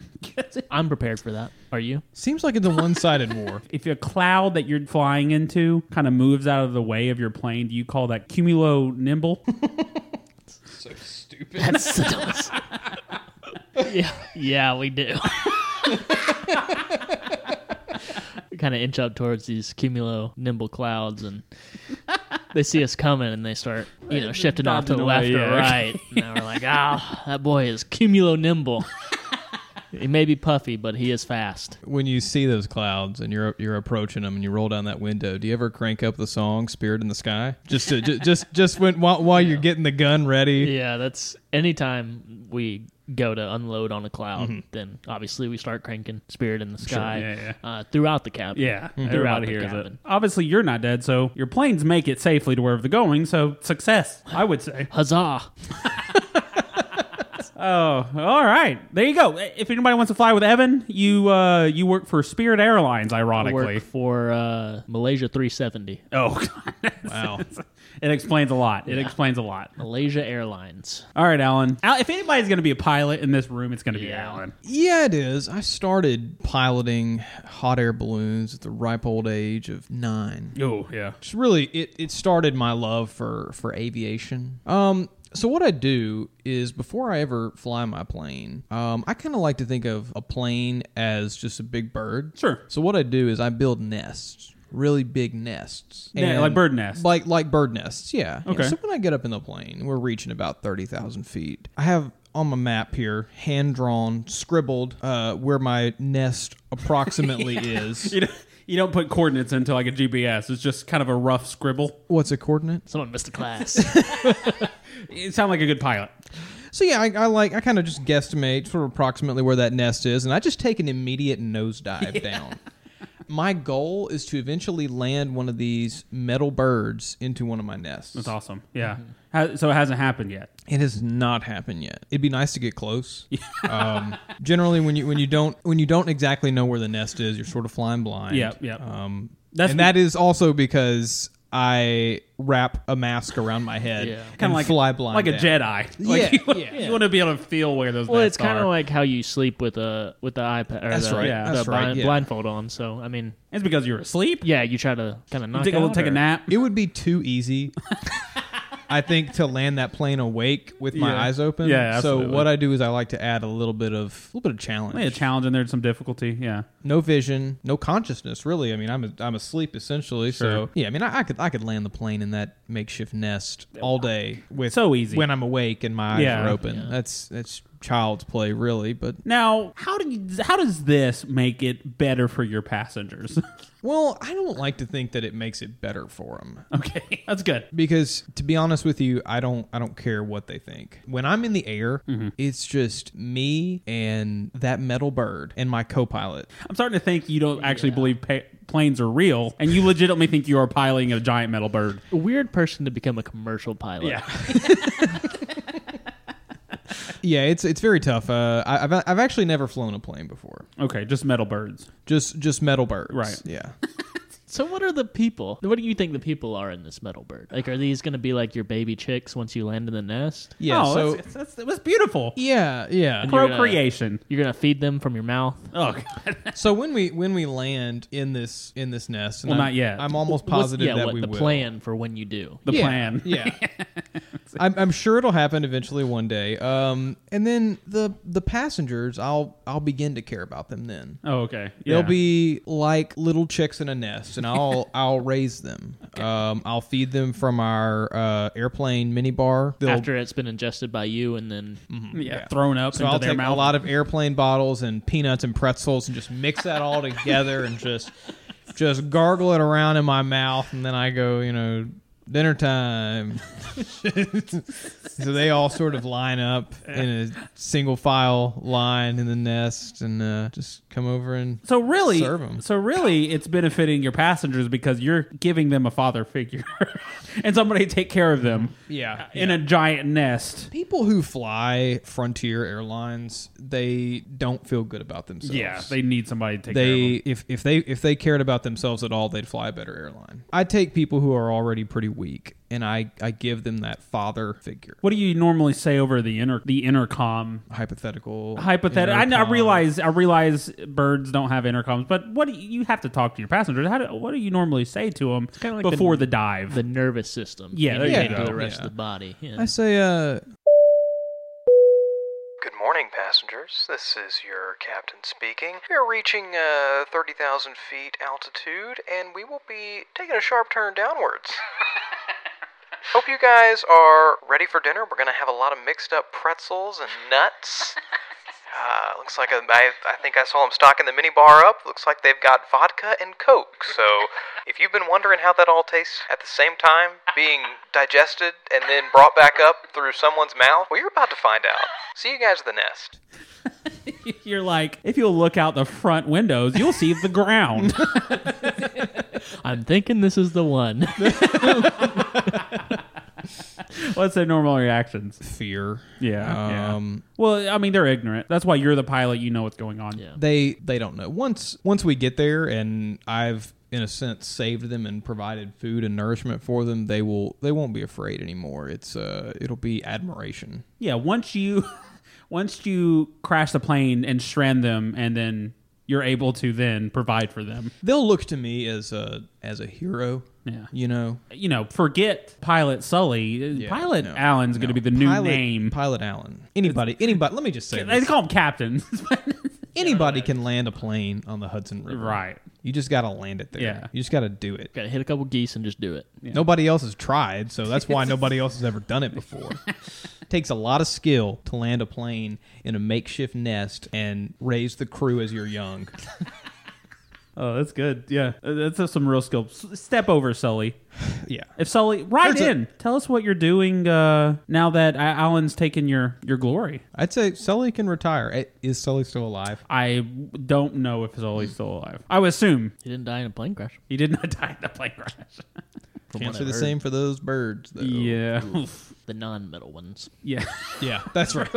Speaker 5: I'm prepared for that. Are you?
Speaker 7: Seems like it's a one sided [laughs] war.
Speaker 6: if a cloud that you're flying into kind of moves out of the way of your plane, do you call that
Speaker 5: [laughs]
Speaker 6: cumulonimbus?
Speaker 5: That's the dumbest. yeah, yeah, we do. we kind of inch up towards these cumulo nimble clouds, and they see us coming, and they start, you know, shifting off to the
Speaker 6: Dodging
Speaker 5: left
Speaker 6: away,
Speaker 5: or
Speaker 6: yeah.
Speaker 5: right. And we're like, oh, that boy is cumulo nimble. he may be puffy, but he is fast.
Speaker 7: when you see those clouds and you're you're approaching them and you roll down that window, do you ever crank up the song "Spirit in the Sky" just to just just, just when while, while you're getting the gun ready?
Speaker 5: Yeah, that's anytime we go to unload on a cloud, then obviously we start cranking Spirit in the Sky
Speaker 6: yeah,
Speaker 5: Uh, throughout the cabin.
Speaker 6: Yeah,
Speaker 5: Throughout
Speaker 6: everybody
Speaker 5: the
Speaker 6: hears it.
Speaker 5: cabin.
Speaker 6: Obviously, you're not dead, so your planes make it
Speaker 5: [laughs]
Speaker 6: safely to wherever they're going. So success, I would say.
Speaker 5: Huzzah!
Speaker 6: Oh, all right. There you go. If anybody wants to fly with Evan, you uh, you work for Spirit Airlines, ironically.
Speaker 5: Work for uh, Malaysia 370,
Speaker 6: Oh, [laughs] God. wow. it explains a lot. It explains a lot.
Speaker 5: Malaysia Airlines.
Speaker 6: All right, Alan. Al- if anybody's going to be a pilot in this room, it's going to be
Speaker 5: Yeah.
Speaker 6: Alan.
Speaker 7: Yeah, it is. I started piloting hot air balloons at the ripe old age of nine.
Speaker 6: Oh, yeah.
Speaker 7: It's really it, it started my love for for aviation. Um so what I do is before I ever fly my plane, um, I kind of like to think of a plane as just a big bird.
Speaker 6: Sure.
Speaker 7: So what I do is I build nests, really big nests,
Speaker 6: Yeah, like bird nests.
Speaker 7: like like bird nests. Yeah. Yeah,
Speaker 6: Okay.
Speaker 7: So when I get up in the plane, we're reaching about thirty thousand feet. I have on my map here, hand drawn, scribbled, uh, where my nest
Speaker 6: [laughs]
Speaker 7: approximately is.
Speaker 6: You don't, you don't put coordinates into like a GPS. It's just kind of a rough scribble.
Speaker 7: What's a coordinate?
Speaker 5: Someone missed a [laughs] class.
Speaker 6: You sound like a good pilot.
Speaker 7: So yeah, I, I like I kind of just guesstimate sort of approximately where that nest is, and I just take an
Speaker 6: [laughs]
Speaker 7: immediate nosedive down. My goal is to eventually land one of these metal birds into one of my nests.
Speaker 6: That's awesome. Yeah.
Speaker 7: Mm-hmm.
Speaker 6: Ha- so it hasn't happened yet.
Speaker 7: It has not happened yet. It'd be nice to
Speaker 6: [laughs]
Speaker 7: get close. um, generally, when you when you don't when you don't exactly know where the nest is, you're sort of flying blind.
Speaker 6: Yep, yep.
Speaker 7: Um,
Speaker 6: That's-
Speaker 7: and that is also because I wrap a mask around my head,
Speaker 5: Yeah.
Speaker 7: kind of
Speaker 6: like
Speaker 7: fly blind,
Speaker 6: like a
Speaker 7: down.
Speaker 6: Jedi. [laughs] Like
Speaker 7: Yeah,
Speaker 6: you, wanna, [laughs]
Speaker 7: yeah.
Speaker 6: you want to be able to feel where those.
Speaker 5: well,
Speaker 6: nests
Speaker 5: it's kind
Speaker 6: are.
Speaker 5: of like how you sleep with a with the iPad or
Speaker 7: That's
Speaker 5: the,
Speaker 7: right.
Speaker 5: the
Speaker 7: That's right,
Speaker 5: blind-
Speaker 7: yeah.
Speaker 5: blindfold on. So I mean,
Speaker 6: it's because you're asleep.
Speaker 5: yeah, you try to kind of knock
Speaker 6: Take a
Speaker 5: out
Speaker 6: little, take
Speaker 5: or-
Speaker 6: a nap.
Speaker 7: It would be too easy, I think, to land that plane awake with my
Speaker 6: Yeah.
Speaker 7: eyes open.
Speaker 6: Yeah, absolutely.
Speaker 7: So what I do is I like to add a little bit of a little bit of challenge.
Speaker 6: Yeah, challenge in there, some difficulty. Yeah.
Speaker 7: no vision, no consciousness. Really, I mean, I'm I'm asleep essentially.
Speaker 6: Sure.
Speaker 7: So yeah, I mean, I, I could I could land the plane in that makeshift nest all day with
Speaker 6: So easy.
Speaker 7: when I'm awake and my eyes
Speaker 6: Yeah.
Speaker 7: are open. That's that's child's play, really. But
Speaker 6: Now, how do you, how does this make it better for your passengers? [laughs]
Speaker 7: well, I don't like to think that it makes it better for them.
Speaker 6: okay, that's good.
Speaker 7: because to be honest with you i don't i don't care what they think when i'm in the air it's just me and that metal bird and my co-pilot
Speaker 6: I'm starting to think you don't actually believe pa- planes are real, and you legitimately think you are piloting a giant metal
Speaker 7: [laughs]
Speaker 6: bird.
Speaker 5: A weird person to become a commercial pilot.
Speaker 7: yeah it's it's very tough uh I, I've, I've actually never flown a plane before
Speaker 6: Okay, just metal birds.
Speaker 7: just just metal birds
Speaker 6: Right.
Speaker 7: yeah
Speaker 5: So what are the people? What do you think the people are in this metal bird? Like, are these going to be like your baby chicks once you land in the nest?
Speaker 7: yeah
Speaker 6: oh,
Speaker 7: so
Speaker 6: that's, that's, that's, that's beautiful.
Speaker 7: yeah yeah
Speaker 5: you're
Speaker 6: [laughs]
Speaker 5: gonna-
Speaker 6: Procreation.
Speaker 5: You're going to feed them from your mouth.
Speaker 6: Oh God.
Speaker 7: so when we when we land in this in this nest and
Speaker 6: Well,
Speaker 7: I'm-
Speaker 6: not yet.
Speaker 7: i'm almost
Speaker 5: What's-
Speaker 7: positive
Speaker 5: yeah,
Speaker 7: that
Speaker 5: what
Speaker 7: we
Speaker 5: the
Speaker 7: will
Speaker 5: plan for when you do?
Speaker 6: [laughs] The
Speaker 7: Yeah,
Speaker 6: plan.
Speaker 7: Yeah. I'm, I'm sure it'll happen eventually one day. Um, and then the the passengers, I'll I'll begin to care about them then.
Speaker 6: [laughs] Oh, okay.
Speaker 7: They'll
Speaker 6: Yeah.
Speaker 7: be like little chicks in a nest,
Speaker 6: [laughs]
Speaker 7: and I'll I'll raise them. Um, I'll feed them from our uh, airplane minibar. They'll,
Speaker 5: After it's been ingested by you, and then
Speaker 6: Mm, yeah, thrown up
Speaker 7: so
Speaker 6: into
Speaker 7: I'll
Speaker 6: their
Speaker 7: take
Speaker 6: mouth.
Speaker 7: a lot of airplane bottles and peanuts and pretzels and just mix that all together and just just gargle it around in my mouth, and then I go, you know, dinner time. [laughs] so they all sort of line up in a single file line in the nest, and uh, just come over and
Speaker 6: so really,
Speaker 7: serve 'em.
Speaker 6: so really, it's benefiting your passengers because you're giving them a father figure [laughs] and somebody to take care of them.
Speaker 7: Yeah,
Speaker 6: in a giant nest.
Speaker 7: People who fly Frontier Airlines, they don't feel good about themselves.
Speaker 6: Yeah, they need somebody to take care of
Speaker 7: they
Speaker 6: them.
Speaker 7: if, if they if they cared about themselves at all, they'd fly a better airline. I take people who are already pretty weak and I, I give them that father figure.
Speaker 6: What do you normally say over the inter the intercom?
Speaker 7: Hypothetical
Speaker 6: Hypothetical. I, know- I
Speaker 7: intercom.
Speaker 6: realize. I realize birds don't have intercoms, but what do you, you have to talk to your passengers? How do, what do you normally say to them
Speaker 5: kinda like
Speaker 6: before
Speaker 5: the-
Speaker 6: the, dive?
Speaker 5: the nervous system.
Speaker 6: Yeah,
Speaker 5: you
Speaker 6: there
Speaker 5: know,
Speaker 6: you
Speaker 5: can't
Speaker 6: go.
Speaker 5: do the rest
Speaker 7: Yeah.
Speaker 5: of the body. Yeah.
Speaker 7: I say uh
Speaker 11: Good morning, passengers. This is your captain speaking. We are reaching uh, 30,000 feet altitude, and we will be taking a sharp turn downwards. Hope you guys are ready for dinner. We're going to have a lot of mixed up pretzels and nuts. Uh, looks like a, I, I think I saw them stocking the mini bar up. Looks like they've got vodka and Coke. So if you've been wondering how that all tastes at the same time, being digested and then brought back up through someone's mouth, well, you're about to find out. See you guys at the nest.
Speaker 6: You're like, if you'll look out the front windows, you'll see the
Speaker 5: [laughs]
Speaker 6: ground.
Speaker 5: [laughs] I'm thinking this is the one.
Speaker 6: Let's say normal reactions.
Speaker 7: Fear.
Speaker 6: Yeah.
Speaker 7: Um,
Speaker 6: yeah. Well, I mean, they're ignorant. That's why you're the pilot. You know what's going on.
Speaker 5: Yeah.
Speaker 7: They they don't know. Once once we get there, and I've in a sense saved them and provided food and nourishment for them, they will they won't be afraid anymore. It's uh it'll be admiration.
Speaker 6: Yeah. Once you, [laughs] once you crash the plane and strand them, and then you're able to then provide for them.
Speaker 7: They'll look to me as a as a hero.
Speaker 6: Yeah.
Speaker 7: You know,
Speaker 6: You know, forget Pilot Sully. Pilot
Speaker 7: no,
Speaker 6: Allen's going to be the new
Speaker 7: Pilot-
Speaker 6: name.
Speaker 7: Pilot Allen. Anybody, anybody. Let me just say,
Speaker 6: They
Speaker 7: this.
Speaker 6: call him [laughs] captain.
Speaker 7: anybody can land a plane on the Hudson River.
Speaker 6: right.
Speaker 7: You just got to land it there.
Speaker 6: Yeah.
Speaker 7: You just got to do it.
Speaker 5: Got to hit a couple geese and just do it.
Speaker 7: Nobody else has tried, so
Speaker 6: [laughs]
Speaker 7: that's why nobody else has ever done it before. Takes a lot of skill to land a plane in a makeshift nest and raise the crew as
Speaker 6: [laughs]
Speaker 7: you're young.
Speaker 6: Oh, that's good. Yeah, Uh, that's uh, some real skill. S- Step over Sully.
Speaker 7: yeah.
Speaker 6: If Sully, right
Speaker 7: There's a-
Speaker 6: in. Tell us what you're doing uh, now that A- Allen's taken your your glory.
Speaker 7: [laughs] I'd say Sully can retire. Eh, Is Sully still alive?
Speaker 6: I don't know if Sully's still alive. I would assume
Speaker 5: He didn't die in a plane crash.
Speaker 6: he did not [laughs] die in the plane crash.
Speaker 7: Can't say the same for those birds, though.
Speaker 6: yeah,
Speaker 5: The non-metal ones.
Speaker 6: [laughs] yeah.
Speaker 7: Yeah,
Speaker 6: [laughs]
Speaker 7: that's right.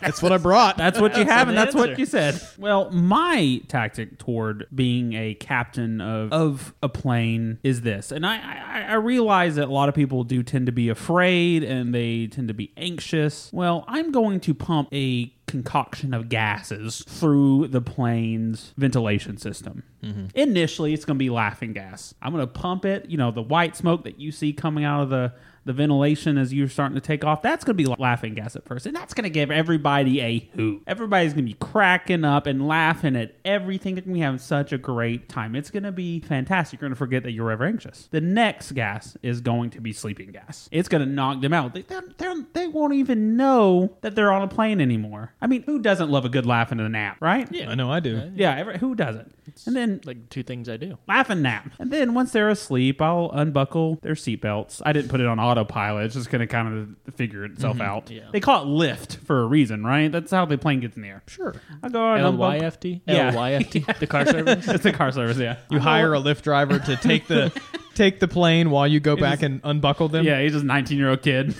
Speaker 7: that's what I brought.
Speaker 6: That's what you have,
Speaker 5: an
Speaker 6: and that's what
Speaker 5: answer.
Speaker 6: you said. Well, my tactic toward being a captain of of a plane is this, and I, I I realize that a lot of people do tend to be afraid and they tend to be anxious. Well, I'm going to pump a concoction of gases through the plane's ventilation system.
Speaker 5: Mm-hmm.
Speaker 6: Initially, it's going to be laughing gas. I'm going to pump it. You know, the white smoke that you see coming out of the the ventilation as you're starting to take off, that's going to be laughing gas at first. And that's going to give everybody a hoot. Everybody's going to be cracking up and laughing at everything. They're going to be having such a great time. It's going to be fantastic. You're going to forget that you were ever anxious. The next gas is going to be sleeping gas. It's going to knock them out. They, they're- they're- they won't even know that they're on a plane anymore. I mean, who doesn't love a good laugh and a nap, right? Yeah.
Speaker 7: I know I do.
Speaker 6: Yeah, every, who doesn't? And then
Speaker 5: Like two things I do.
Speaker 6: laugh and nap. And then once they're asleep, I'll unbuckle their seatbelts. I didn't put it on autopilot. It's just going to kind of figure itself
Speaker 7: Mm-hmm.
Speaker 6: out. They call it lift for a reason, right? That's how the plane gets in the air. Sure. I go and unbuckle.
Speaker 5: LYFT?
Speaker 6: [laughs] Yeah.
Speaker 5: LYFT? The car service?
Speaker 6: it's a car service, yeah.
Speaker 7: You hire a Lyft driver to take the take the plane while you go back and unbuckle them.
Speaker 6: [laughs] Yeah, he's just a 19 year old
Speaker 7: [laughs]
Speaker 6: kid.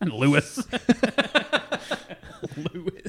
Speaker 6: and Lewis. [laughs]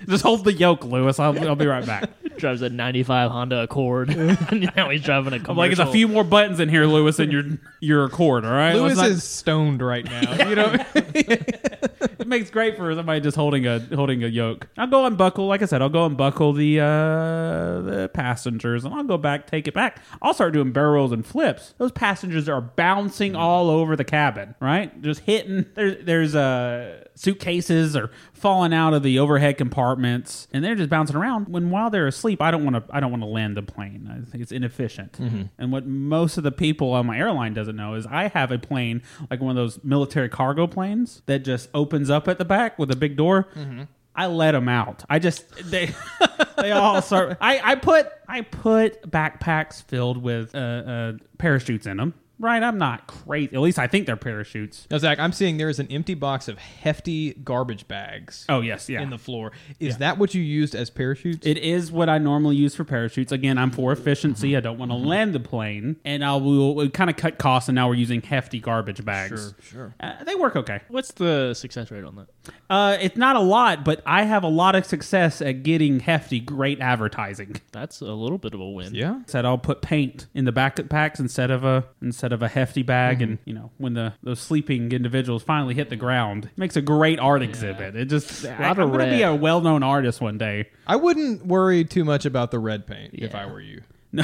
Speaker 6: Just hold the yoke, Lewis. I'll, I'll be right
Speaker 7: [laughs]
Speaker 6: back.
Speaker 5: Drives a 95 Honda
Speaker 6: [laughs]
Speaker 5: Accord. [laughs] and now he's driving a commercial.
Speaker 6: I'm like, it's a few more buttons in here, Lewis, and your your Accord. All right,
Speaker 7: Lewis
Speaker 6: Let's not-
Speaker 7: is stoned
Speaker 6: [laughs]
Speaker 7: right now. You know,
Speaker 6: It makes great for somebody just holding a holding a yoke. I'll go unbuckle, like I said, I'll go unbuckle the uh, the passengers, and I'll go back, take it back. I'll start doing barrel rolls and flips. Those passengers are bouncing all over the cabin, right? Just hitting. There's there's uh, suitcases are falling out of the overhead compartments, and they're just bouncing around. When while they're asleep, I don't want to I don't want to land the plane. I think it's inefficient.
Speaker 7: Mm-hmm.
Speaker 6: And what most of the people on my airline doesn't know is I have a plane like one of those military cargo planes that just opens up at the back with a big door.
Speaker 7: Mm-hmm.
Speaker 6: I let them out. I just they [laughs] they all start. I I put I put backpacks filled with uh, uh, parachutes in them. Right, I'm not crazy. At least I think they're parachutes.
Speaker 7: now, Zach, I'm seeing there is an empty box of hefty garbage bags
Speaker 6: Oh yes, yeah.
Speaker 7: in the floor. Is that what you used as parachutes?
Speaker 6: It is what I normally use for parachutes. Again, I'm for efficiency. I don't want to
Speaker 5: Mm-hmm.
Speaker 6: land the plane, and I will we kind of cut costs. And now we're using hefty garbage bags. Sure, sure. Uh, they work okay.
Speaker 5: What's the success rate on that?
Speaker 6: Uh, it's not a lot, but I have a lot of success at getting hefty, great advertising.
Speaker 5: That's a little bit of a win.
Speaker 7: yeah.
Speaker 6: Said I'll put paint in the backpacks instead of a instead of a hefty bag, and
Speaker 5: Mm-hmm.
Speaker 6: you know when the those sleeping individuals finally hit the ground, it makes a great art exhibit. It just I, I'm
Speaker 5: lot of
Speaker 6: gonna be
Speaker 5: red.
Speaker 6: a well known artist one day.
Speaker 7: I wouldn't worry too much about the red paint if I were
Speaker 6: [laughs]
Speaker 7: you. No.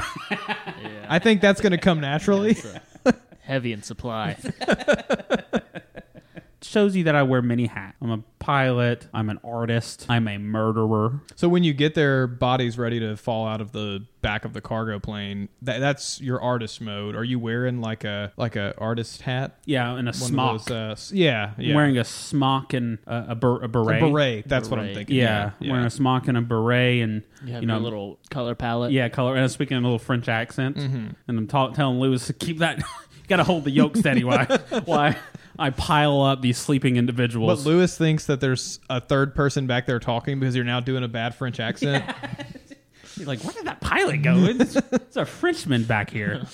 Speaker 7: I think that's going to come naturally.
Speaker 5: Heavy
Speaker 6: [laughs]
Speaker 5: in supply.
Speaker 6: shows you that I wear many hats. I'm a pilot. I'm an artist. I'm a murderer.
Speaker 7: So when you get their bodies ready to fall out of the back of the cargo plane, that, that's your artist mode. Are you wearing like a like a artist hat?
Speaker 6: Yeah, and a
Speaker 7: One
Speaker 6: smock.
Speaker 7: of those, uh, s- yeah, yeah.
Speaker 6: I'm wearing a smock and a, a, ber- a
Speaker 7: a
Speaker 6: beret.
Speaker 7: beret. That's what I'm
Speaker 5: Beret.
Speaker 7: thinking.
Speaker 6: Yeah, wearing a smock and a beret, and
Speaker 5: You
Speaker 6: you,
Speaker 5: have
Speaker 6: know,
Speaker 5: your little color palette.
Speaker 6: yeah, color. And I'm speaking in a little French accent,
Speaker 7: Mm-hmm.
Speaker 6: and I'm ta- telling Lewis to keep that. [laughs] you got to hold the yoke steady while
Speaker 7: [laughs]
Speaker 6: I, while I, I pile up these sleeping
Speaker 7: But
Speaker 6: individuals.
Speaker 7: Lewis thinks that there's a third person back there talking because you're now doing a bad [laughs] French accent. [laughs]
Speaker 6: He's like, where did that pilot go? It's, it's a Frenchman back here.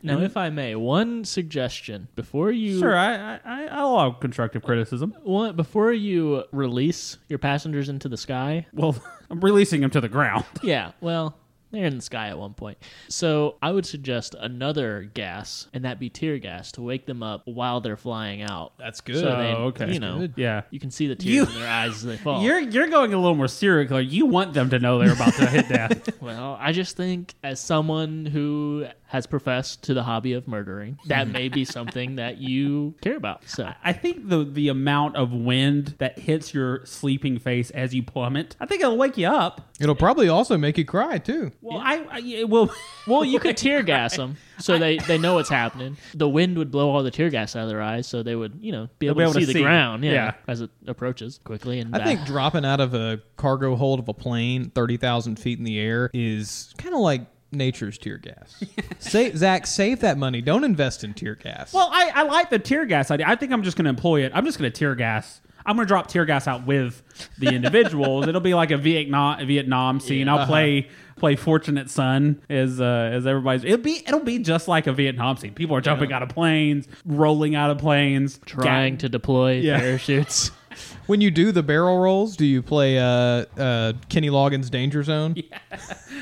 Speaker 5: Now, if I may, one suggestion before you
Speaker 6: Mm-hmm. Sure, I, I- I I'll allow constructive criticism.
Speaker 5: one, before you release your passengers into the sky.
Speaker 6: Well, [laughs] I'm releasing him to the ground.
Speaker 5: Yeah, well, they're in the sky at one point. So I would suggest another gas, and that be tear gas to wake them up while they're flying out.
Speaker 7: That's good.
Speaker 5: So they,
Speaker 6: Oh, okay.
Speaker 5: You know,
Speaker 6: Good. Yeah.
Speaker 5: you can see the tears in their eyes as they fall.
Speaker 6: You're you're going a little more serial killer. You want them to know they're about to hit death.
Speaker 5: Well, I just think as someone who has professed to the hobby of murdering, that may be something that you care about. So
Speaker 6: I think the the amount of wind that hits your sleeping face as you plummet, I think it'll wake you up.
Speaker 7: It'll probably also make you cry too.
Speaker 6: Well, [laughs] I, I it will.
Speaker 5: Well, you could tear gas them so they, they know what's happening. The wind would blow all the tear gas out of their eyes, so they would you know be able,
Speaker 6: be
Speaker 5: to,
Speaker 6: able to
Speaker 5: see the
Speaker 6: see.
Speaker 5: ground, yeah,
Speaker 6: Yeah.
Speaker 5: as it approaches quickly. And
Speaker 7: I
Speaker 5: back.
Speaker 7: think dropping out of a cargo hold of a plane 30,000 feet in the air is kind of like nature's tear [laughs] gas. save, Zach, save that money. Don't invest in tear gas.
Speaker 6: Well, I, I like the tear gas idea. I think I'm just going to employ it. I'm just going to tear gas. I'm going to drop tear gas out with the individuals. It'll be like a Vietnam Vietnam scene. I'll play play Fortunate Son as uh, as everybody's. It'll be it'll be just like a Vietnam scene. People are jumping out of planes, rolling out of planes,
Speaker 5: trying to deploy
Speaker 6: Yeah.
Speaker 5: parachutes. [laughs]
Speaker 7: when you do the barrel rolls, do you play uh, uh, Kenny Loggins' Danger Zone?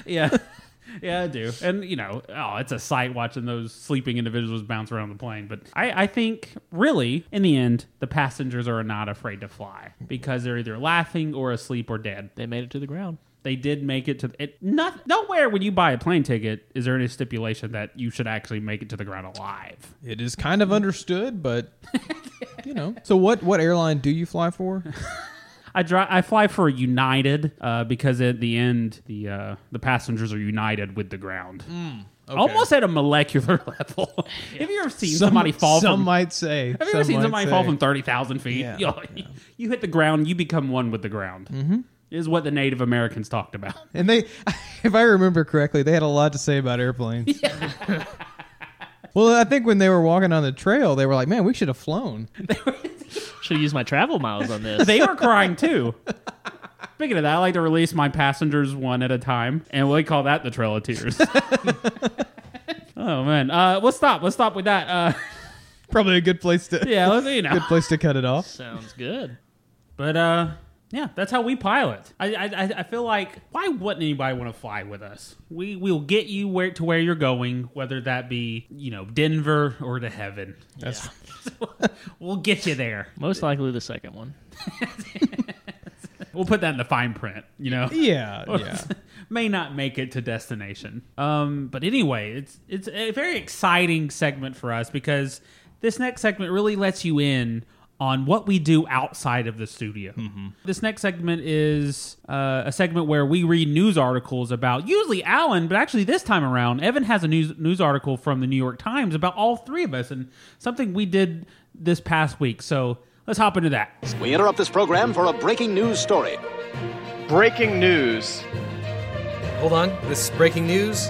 Speaker 6: Yeah. [laughs] Yeah, I do. And, you know, oh, it's a sight watching those sleeping individuals bounce around the plane. But I, I think, really, in the end, the passengers are not afraid to fly because they're either laughing or asleep or dead.
Speaker 5: they made it to the ground.
Speaker 6: They did make it to it. Not, nowhere when you buy a plane ticket is there any stipulation that you should actually make it to the ground alive.
Speaker 7: It is kind of understood, but you know. So what what airline do you fly for?
Speaker 6: I drive. I fly for United uh, because at the end, the uh, the passengers are united with the ground.
Speaker 7: Mm,
Speaker 6: Almost at a molecular [laughs] level.
Speaker 7: [laughs]
Speaker 6: Have you ever seen somebody fall
Speaker 7: Some
Speaker 6: from
Speaker 7: might say.
Speaker 6: Have you ever seen somebody fall from
Speaker 7: thirty?
Speaker 6: 30,000 feet? [laughs]
Speaker 7: Yeah.
Speaker 6: You, know, you hit the ground, you become one with the ground. Mm-hmm. Is what the Native Americans talked about. [laughs]
Speaker 7: And they, [laughs] if I remember correctly, they had a lot to say about airplanes. [laughs] well, I think when they were walking on the trail, they were like, "Man, we should have flown." [laughs]
Speaker 5: Should use my travel miles on this.
Speaker 6: [laughs] They were crying too. Speaking of that, I like to release my passengers one at a time, and we call that the Trail of Tears. [laughs] oh, man. Uh, let's stop. Let's stop with that. Uh, [laughs]
Speaker 7: Probably a good place to
Speaker 6: yeah, let's, you know.
Speaker 7: good place to cut it off.
Speaker 5: Sounds good.
Speaker 6: But uh, yeah, that's how we pilot. I I, I- I feel like why wouldn't anybody want to fly with us? We we'll get you where to where you're going, whether that be you know Denver or to heaven. That's [laughs] we'll get you there.
Speaker 5: Most likely the second one.
Speaker 6: We'll put that in the fine print. You [laughs] know.
Speaker 7: Yeah, yeah.
Speaker 6: May not make it to destination. Um, but anyway, it's it's a very exciting segment for us because this next segment really lets you in on what we do outside of the studio. This next segment is uh, a segment where we read news articles about usually Alan, but actually this time around, Evan has a news news article from the New York Times about all three of us and something we did this past week. So let's hop into that.
Speaker 12: We interrupt this program for a breaking news story.
Speaker 11: Breaking news.
Speaker 12: Hold on, this is breaking news.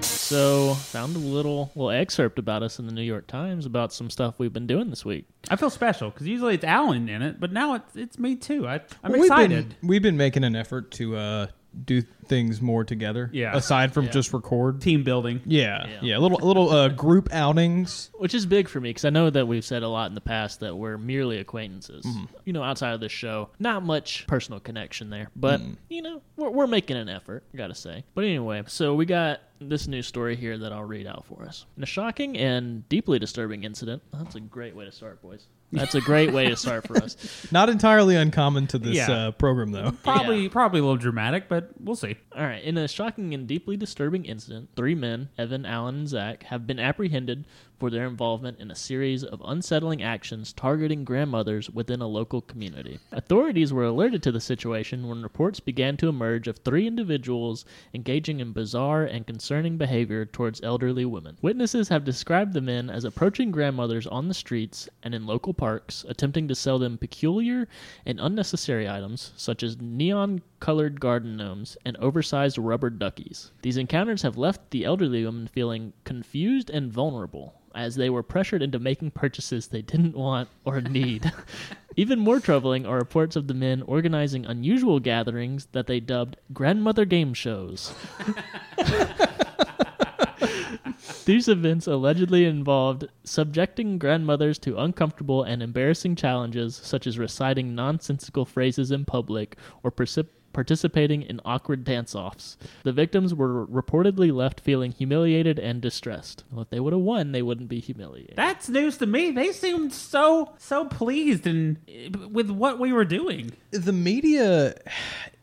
Speaker 5: So found a little little excerpt about us in the New York Times about some stuff we've been doing this week.
Speaker 6: I feel special because usually it's Alan in it, but now it's it's me too. I, I'm
Speaker 7: We've
Speaker 6: excited.
Speaker 7: been we've been making an effort to uh, do things more together.
Speaker 6: Yeah.
Speaker 7: Aside from just record.
Speaker 6: team building.
Speaker 7: Yeah, yeah. Little little uh, group outings.
Speaker 5: which is big for me because I know that we've said a lot in the past that we're merely acquaintances. You know, outside of this show, not much personal connection there, but you know, we're, we're making an effort, I gotta say. But anyway, so we got this news story here that I'll read out for us. In a shocking and deeply disturbing incident, that's a great way to start, boys. That's a great way to start for us.
Speaker 7: Not entirely uncommon to this
Speaker 6: Yeah.
Speaker 7: uh, program, though.
Speaker 6: Probably probably a little dramatic, but we'll see.
Speaker 5: All right. In a shocking and deeply disturbing incident, three men, Evan, Allen, and Zach, have been apprehended for their involvement in a series of unsettling actions targeting grandmothers within a local community. Authorities were alerted to the situation when reports began to emerge of three individuals engaging in bizarre and concerning behavior towards elderly women. Witnesses have described the men as approaching grandmothers on the streets and in local parks, attempting to sell them peculiar and unnecessary items such as neon colored garden gnomes and oversized rubber duckies. These encounters have left the elderly women feeling confused and vulnerable as they were pressured into making purchases they didn't want or need. Even more troubling are reports of the men organizing unusual gatherings that they dubbed grandmother game shows. These events allegedly involved subjecting grandmothers to uncomfortable and embarrassing challenges, such as reciting nonsensical phrases in public or particip- participating in awkward dance offs. The victims were reportedly left feeling humiliated and distressed. Well, if they would have won, they wouldn't be humiliated.
Speaker 6: That's news to me. They seemed so so pleased and eh, with what we were doing.
Speaker 7: The media.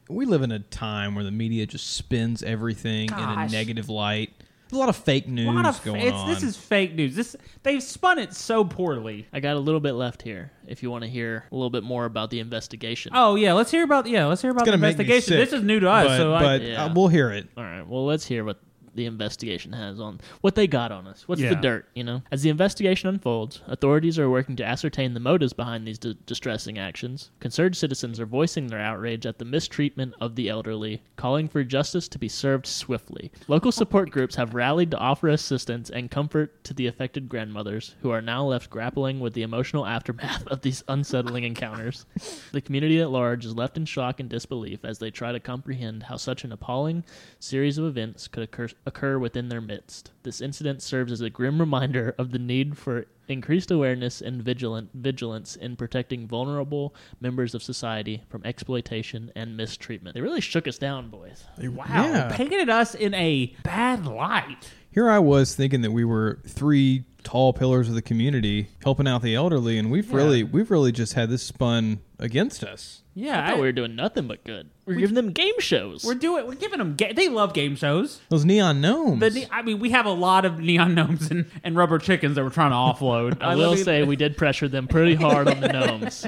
Speaker 7: We live in a time where the media just spins everything in a
Speaker 6: Gosh.
Speaker 7: negative light. There's a lot of fake news
Speaker 6: A lot of
Speaker 7: going
Speaker 6: it's,
Speaker 7: on.
Speaker 6: This is fake news. This they've spun it so poorly.
Speaker 5: I got a little bit left here if you want to hear a little bit more about the investigation.
Speaker 6: Oh yeah, let's hear about yeah, let's hear about the
Speaker 7: gonna make me
Speaker 6: investigation.
Speaker 7: sick,
Speaker 6: This is new to us,
Speaker 7: but,
Speaker 6: so I,
Speaker 7: but
Speaker 5: Yeah.
Speaker 7: uh, we'll hear it.
Speaker 5: All right. Well, let's hear what the investigation has on what they got on us. What's
Speaker 6: Yeah.
Speaker 5: the dirt, you know? As the investigation unfolds, authorities are working to ascertain the motives behind these d- distressing actions. Concerned citizens are voicing their outrage at the mistreatment of the elderly, calling for justice to be served swiftly. Local support groups have rallied to offer assistance and comfort to the affected grandmothers, who are now left grappling with the emotional aftermath of these unsettling encounters. The community at large is left in shock and disbelief as they try to comprehend how such an appalling series of events could occur, occur within their midst. This incident serves as a grim reminder of the need for increased awareness and vigilant vigilance in protecting vulnerable members of society from exploitation and mistreatment. They really shook us down, boys.
Speaker 6: wow, painted us in a bad light.
Speaker 7: Here I was thinking that we were three tall pillars of the community helping out the elderly, and we've really we've really just had this spun against us.
Speaker 6: Yeah,
Speaker 5: I thought
Speaker 6: I-
Speaker 5: we were doing nothing but good. We are giving them game shows.
Speaker 6: we're doing we're giving them. Ga- they love game shows.
Speaker 7: Those neon gnomes.
Speaker 6: The, ne- I mean, we have a lot of neon gnomes and, and rubber chickens that we're trying to
Speaker 7: [laughs]
Speaker 6: offload.
Speaker 5: I will say we did pressure them pretty hard on the gnomes.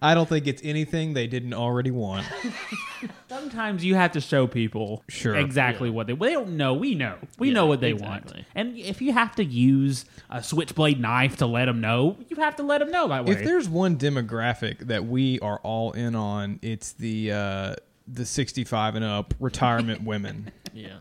Speaker 7: I don't think it's anything they didn't already want.
Speaker 6: sometimes you have to show people
Speaker 7: Sure.
Speaker 6: exactly what they they don't know. We know. We know what they
Speaker 5: exactly.
Speaker 6: want. And if you have to use a switchblade knife to let them know, you have to let them know that way.
Speaker 7: If there's one demographic that we are all in on, it's the uh, the 65 and up
Speaker 6: [laughs]
Speaker 7: retirement women.
Speaker 5: Yeah.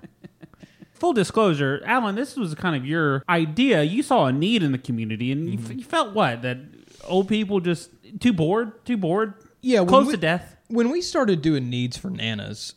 Speaker 6: Full disclosure, Alan, this was kind of your idea. You saw a need in the community, and
Speaker 7: Mm-hmm.
Speaker 6: you, f- you felt what that old people just too bored, too bored,
Speaker 7: Yeah, when
Speaker 6: close
Speaker 7: we-
Speaker 6: to death.
Speaker 7: When we started doing needs for nanas,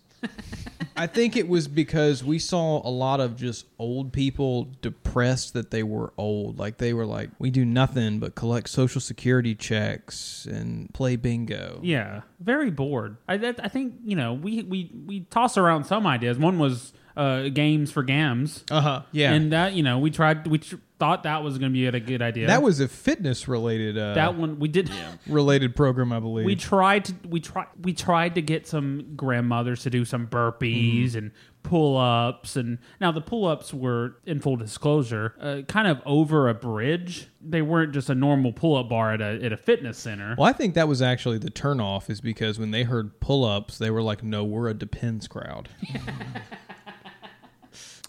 Speaker 7: I think it was because we saw a lot of just old people depressed that they were old. Like they were like, we do nothing but collect social security checks and play bingo.
Speaker 6: Yeah, very bored. I that, I think you know we we we toss around some ideas. One was uh, games for gams.
Speaker 7: Uh huh. Yeah.
Speaker 6: and that you know we tried we tr- thought that was going to be a good idea.
Speaker 7: that was a fitness related uh,
Speaker 6: that one we did.
Speaker 7: related program, I
Speaker 6: [laughs]
Speaker 7: believe.
Speaker 6: We tried to we tried we tried to get some grandmothers to do some
Speaker 7: Mm-hmm.
Speaker 6: burpees and pull ups and now the pull ups were in full disclosure uh, kind of over a bridge. They weren't just a normal pull up bar at a at a fitness center.
Speaker 7: Well, I think that was actually the turnoff, is because when they heard pull ups, they were like, no, we're a depends crowd.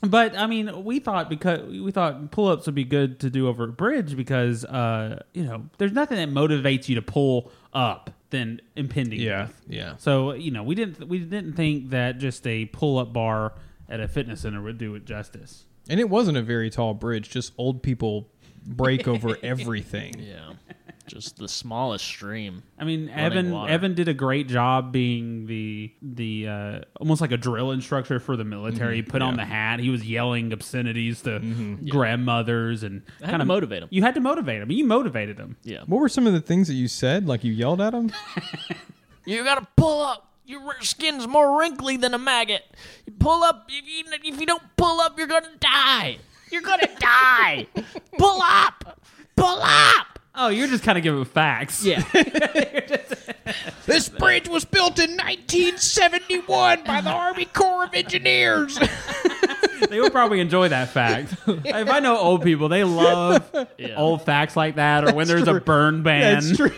Speaker 6: But I mean, we thought because we thought pull ups would be good to do over a bridge because uh, you know there's nothing that motivates you to pull up than impending
Speaker 7: Yeah,
Speaker 6: death.
Speaker 7: yeah.
Speaker 6: So you know we didn't we didn't think that just a pull up bar at a fitness center would do it justice.
Speaker 7: And it wasn't a very tall bridge, just old people break over everything.
Speaker 5: Yeah. Just the smallest stream.
Speaker 6: I mean,
Speaker 5: Running
Speaker 6: Evan
Speaker 5: water.
Speaker 6: Evan did a great job being the the uh, almost like a drill instructor for the military.
Speaker 5: Mm-hmm.
Speaker 6: He put on the hat. He was yelling obscenities to grandmothers and
Speaker 5: I had
Speaker 6: kinda-
Speaker 5: to motivate 'em.
Speaker 6: You had to motivate him. You motivated him.
Speaker 5: Yeah.
Speaker 7: What were some of the things that you said? Like you yelled at them?
Speaker 5: You gotta pull up. Your skin's more wrinkly than a maggot. You pull up. If you, if you don't pull up, you're gonna die. You're gonna [laughs] die. Pull up. Pull up.
Speaker 6: Oh, you're just kind of giving facts.
Speaker 5: Yeah.
Speaker 7: this bridge was built in 1971 by the Army Corps of Engineers.
Speaker 6: they would probably enjoy that
Speaker 7: [laughs]
Speaker 6: fact. If I know old people, they love old facts like that, or when there's a burn ban.
Speaker 7: That's true.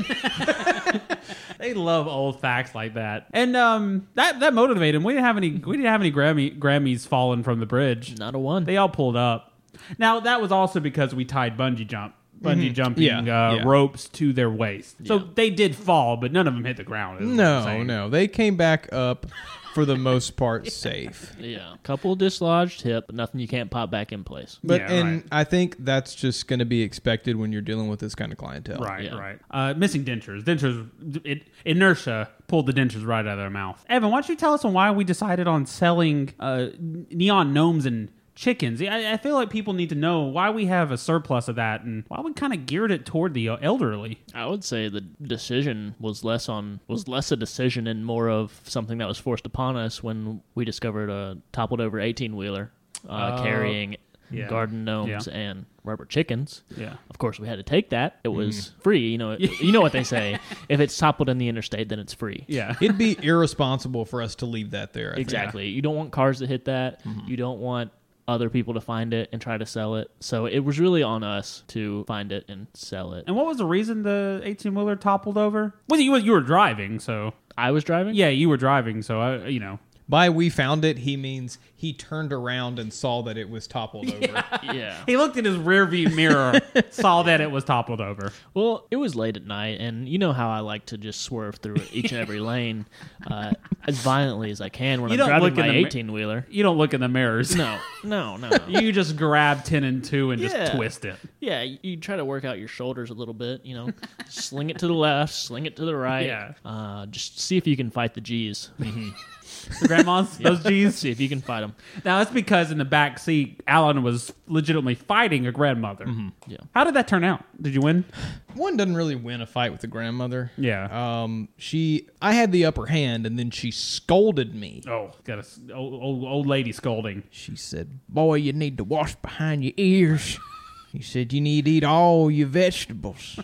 Speaker 6: [laughs]
Speaker 7: [laughs]
Speaker 6: They love old facts like that, and um, that that motivated them. We didn't have any. We didn't have any Grammy Grammys falling from the bridge.
Speaker 5: Not a one.
Speaker 6: They all pulled up. Now that was also because we tied bungee jump, bungee jumping
Speaker 7: Mm-hmm. Yeah,
Speaker 6: uh,
Speaker 7: yeah.
Speaker 6: ropes to their waist. So they did fall, but none of them hit the ground. is what I'm
Speaker 7: No,
Speaker 6: saying.
Speaker 7: no. They came back up for the most part safe.
Speaker 5: yeah. Couple dislodged hip, but nothing you can't pop back in place.
Speaker 7: But
Speaker 6: Yeah,
Speaker 7: and
Speaker 6: right.
Speaker 7: I think that's just going to be expected when you're dealing with this kind of clientele.
Speaker 6: Right, [laughs]
Speaker 5: Yeah.
Speaker 6: right. Uh, missing dentures. Dentures. It, inertia pulled the dentures right out of their mouth. Evan, why don't you tell us on why we decided on selling uh, neon gnomes and chickens. Yeah, I, I feel like people need to know why we have a surplus of that and why we kind of geared it toward the elderly.
Speaker 5: I would say the decision was less on was less a decision and more of something that was forced upon us when we discovered a toppled over eighteen wheeler uh,
Speaker 6: Oh,
Speaker 5: carrying
Speaker 6: yeah.
Speaker 5: garden gnomes
Speaker 6: Yeah.
Speaker 5: and rubber chickens.
Speaker 6: Yeah. Mm.
Speaker 5: Of course, we had to take that. It was free. You know.
Speaker 6: [laughs]
Speaker 5: you know what they say. If it's toppled in the interstate, then it's free.
Speaker 6: Yeah.
Speaker 7: It'd be irresponsible for us to leave that there. I think.
Speaker 5: Exactly. You don't want cars to hit that.
Speaker 6: Mm-hmm.
Speaker 5: You don't want other people to find it and try to sell it. So it was really on us to find it and sell it.
Speaker 6: [laughs] And what was the reason the eighteen wheeler toppled over? Well, you you were driving, so
Speaker 5: I was driving.
Speaker 6: yeah, you were driving, so I you know
Speaker 7: By we found it, he means he turned around and saw that it was toppled over.
Speaker 5: Yeah.
Speaker 6: he looked in his rear view mirror, [laughs] saw that it was toppled over.
Speaker 5: Well, it was late at night, and you know how I like to just swerve through each
Speaker 6: [laughs]
Speaker 5: and every lane uh, as violently as I can when
Speaker 6: You
Speaker 5: I'm
Speaker 6: don't
Speaker 5: driving
Speaker 6: look in
Speaker 5: my
Speaker 6: the mi-
Speaker 5: eighteen wheeler.
Speaker 6: You don't look in the mirrors.
Speaker 5: No,
Speaker 6: [laughs]
Speaker 5: no, no.
Speaker 6: you just grab ten and two and just
Speaker 5: Yeah.
Speaker 6: twist it.
Speaker 5: yeah, you you try to work out your shoulders a little bit. You know, sling it to the left, sling it to the right.
Speaker 6: Yeah.
Speaker 5: Uh, just see if you can fight
Speaker 6: [laughs]
Speaker 5: the G's.
Speaker 6: Grandma's those G's.
Speaker 5: see if you can
Speaker 6: [laughs]
Speaker 5: fight them.
Speaker 6: Now that's because in the back seat, Alan was legitimately fighting a grandmother.
Speaker 5: Mm-hmm. Yeah.
Speaker 6: How did that turn out? Did you win?
Speaker 7: One doesn't really win a fight with the grandmother.
Speaker 6: Yeah.
Speaker 7: Um, she, I had the upper hand, and then she scolded me.
Speaker 6: oh, got a s- old, old, old lady scolding.
Speaker 7: She said, "Boy, you need to wash behind your ears." She said, "You need to eat all
Speaker 6: [laughs]
Speaker 7: your vegetables."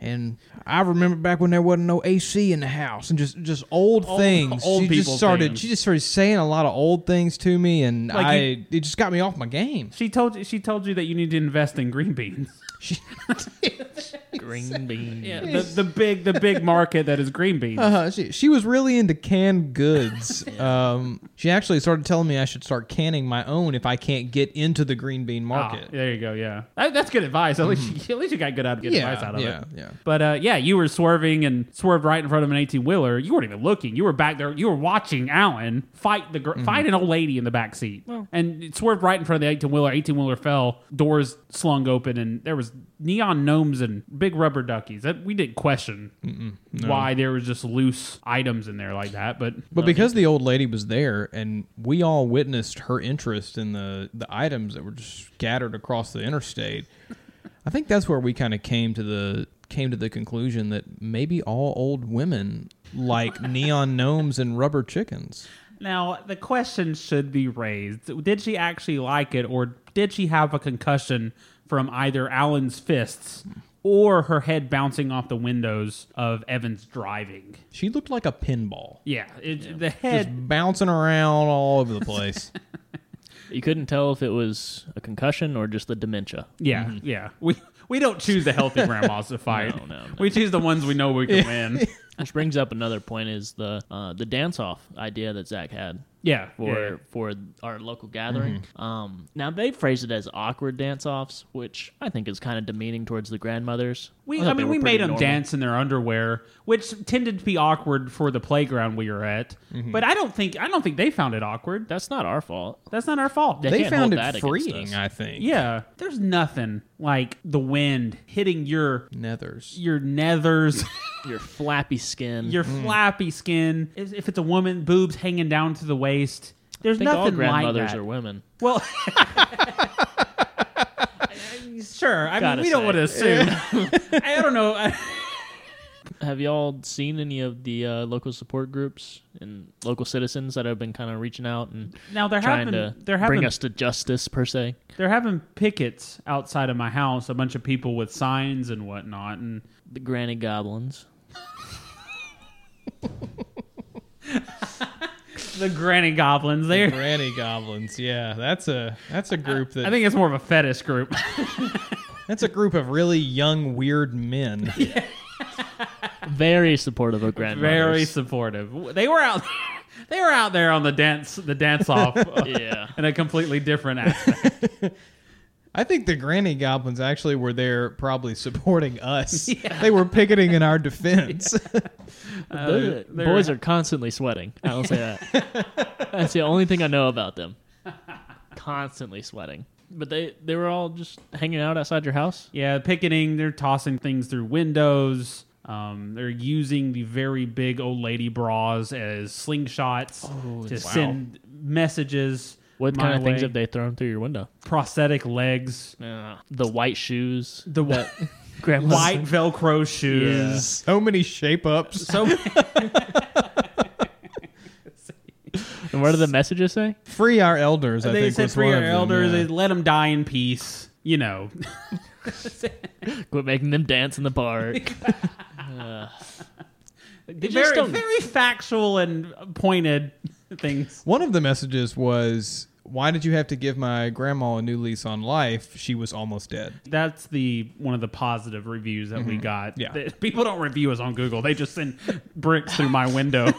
Speaker 7: and I remember back when there wasn't no AC in the house, and just just old,
Speaker 6: Old-
Speaker 7: things.
Speaker 6: old
Speaker 7: she just
Speaker 6: people
Speaker 7: started.
Speaker 6: things.
Speaker 7: She just started saying a lot of old things to me, and
Speaker 6: Like
Speaker 7: I
Speaker 6: you-
Speaker 7: it just got me off my game.
Speaker 6: She told you. She told you that you need to invest in green beans.
Speaker 5: Green bean. Yeah.
Speaker 6: the, the big, the big market that is green beans.
Speaker 7: Uh, she, she was really into
Speaker 6: [laughs]
Speaker 7: canned goods. um, she actually started telling me I should start canning my own if I can't get into the green bean
Speaker 6: Ah,
Speaker 7: market. Mm-hmm.
Speaker 6: there you go. Yeah, That- that's good advice. At least, you, at least you got good ad- good
Speaker 7: Yeah,
Speaker 6: advice out of
Speaker 7: yeah,
Speaker 6: it.
Speaker 7: yeah.
Speaker 6: But uh, yeah, you were swerving and swerved right in front of an eighteen wheeler. You weren't even looking. You were back there. You were watching Alan fight the gr-
Speaker 7: Mm-hmm.
Speaker 6: fight an old lady in the back seat, and it swerved right in front of the eighteen wheeler. Eighteen wheeler fell. Doors slung open, and there was neon gnomes and big rubber duckies. That we didn't question why there was just loose items in there like that. But
Speaker 7: But because the old lady was there and we all witnessed her interest in the, the items that were just scattered across the interstate, I think that's where we kind of came to the came to the conclusion that maybe all old women
Speaker 6: [laughs]
Speaker 7: like neon gnomes and rubber chickens.
Speaker 6: Now, the question should be raised Did she actually like it, or did she have a concussion from either Alan's fists or her head bouncing off the windows of Evan's driving?
Speaker 7: She looked like a pinball.
Speaker 6: Yeah, it, the head.
Speaker 7: Just bouncing around all over the place.
Speaker 5: You couldn't tell if it was a concussion or just the dementia.
Speaker 6: yeah, yeah. We. We don't choose the
Speaker 5: [laughs]
Speaker 6: healthy grandmas to fight.
Speaker 5: mm-hmm. No, no, no.
Speaker 6: We choose the ones we know we
Speaker 5: [laughs]
Speaker 6: can win.
Speaker 5: Which brings up another point: is the uh, the dance off idea that Zach had
Speaker 6: Yeah. Mm-hmm.
Speaker 5: for
Speaker 6: yeah.
Speaker 5: for our local gathering. Um, now they phrased it as awkward dance offs, which I think is kind of demeaning towards the grandmothers.
Speaker 6: We,
Speaker 5: thought
Speaker 6: I
Speaker 5: they
Speaker 6: mean,
Speaker 5: were
Speaker 6: we
Speaker 5: pretty
Speaker 6: made them
Speaker 5: normal.
Speaker 6: dance in their underwear, which tended to be awkward for the playground we were at.
Speaker 5: Mm-hmm.
Speaker 6: But I don't think I don't think they found it awkward. That's,
Speaker 5: That's not our fault.
Speaker 6: that's not our fault.
Speaker 5: They
Speaker 7: they
Speaker 5: can't
Speaker 7: found
Speaker 5: hold that
Speaker 7: it
Speaker 5: against us.
Speaker 7: freeing, I think.
Speaker 6: Yeah, there's nothing like the wind hitting your [laughs]
Speaker 7: Nethers.
Speaker 6: your nethers,
Speaker 5: Your flappy skin.
Speaker 6: your flappy skin. If, if it's a woman, boobs hanging down to the waist. There's
Speaker 5: I think
Speaker 6: nothing
Speaker 5: all grandmothers
Speaker 6: like that.
Speaker 5: are women.
Speaker 6: [laughs] well. sure. I mean,
Speaker 5: Gotta
Speaker 6: we don't
Speaker 5: say.
Speaker 6: want to assume.
Speaker 5: [laughs]
Speaker 6: I don't know. [laughs] I-
Speaker 5: Have y'all seen any of the uh, local support groups and local citizens that have been kind of reaching out and
Speaker 6: Now there have
Speaker 5: trying
Speaker 6: been
Speaker 5: to
Speaker 6: there have
Speaker 5: bring
Speaker 6: been
Speaker 5: us to justice per se?
Speaker 6: they're having pickets outside of my house. A bunch of people with signs and whatnot, and
Speaker 5: The granny goblins.
Speaker 6: the granny goblins. They
Speaker 7: Granny goblins, yeah, that's a that's a group that
Speaker 6: I think it's more of a fetish group.
Speaker 7: that's a group of really young
Speaker 6: [laughs]
Speaker 7: weird men.
Speaker 5: Very supportive of grandmothers.
Speaker 6: very supportive. They were out. [laughs] They were out there on the dance, the dance off,
Speaker 5: [laughs] yeah.
Speaker 6: [laughs] in a completely different aspect. [laughs]
Speaker 7: I think the granny goblins actually were there probably supporting
Speaker 6: [laughs]
Speaker 7: us. They were picketing in our defense.
Speaker 5: Those- boys are constantly sweating. I will say that.
Speaker 6: [laughs]
Speaker 5: That's the only thing I know about them. Constantly sweating. But they they were all just hanging out outside your house.
Speaker 6: yeah, picketing. They're tossing things through windows. Um, they're using the very big old lady bras as slingshots to send messages.
Speaker 5: Oh, What
Speaker 6: my
Speaker 5: kind of things
Speaker 6: way.
Speaker 5: have they thrown through your window?
Speaker 6: prosthetic legs,
Speaker 5: the white shoes,
Speaker 6: the what? [laughs]
Speaker 5: Grandma's- [laughs]
Speaker 6: White Velcro shoes.
Speaker 7: So many shape ups.
Speaker 6: So
Speaker 5: And what do the messages say?
Speaker 7: free our elders. I
Speaker 6: they
Speaker 7: think
Speaker 6: said
Speaker 7: was
Speaker 6: for
Speaker 7: one
Speaker 6: your
Speaker 7: of them,
Speaker 6: elders,
Speaker 7: yeah.
Speaker 6: they let them die in peace. You know,
Speaker 5: Quit making them dance in
Speaker 6: [laughs]
Speaker 5: the park. Uh, they just
Speaker 6: very,
Speaker 5: don't-
Speaker 6: very factual and pointed [laughs] things.
Speaker 7: One of the messages was, "Why did you have to give my grandma a new lease on life? She was almost dead."
Speaker 6: That's the one of the positive reviews that we got.
Speaker 7: Mm-hmm. Yeah.
Speaker 6: That- people don't review us on Google; they just send [laughs] bricks through my
Speaker 7: [laughs]
Speaker 6: window.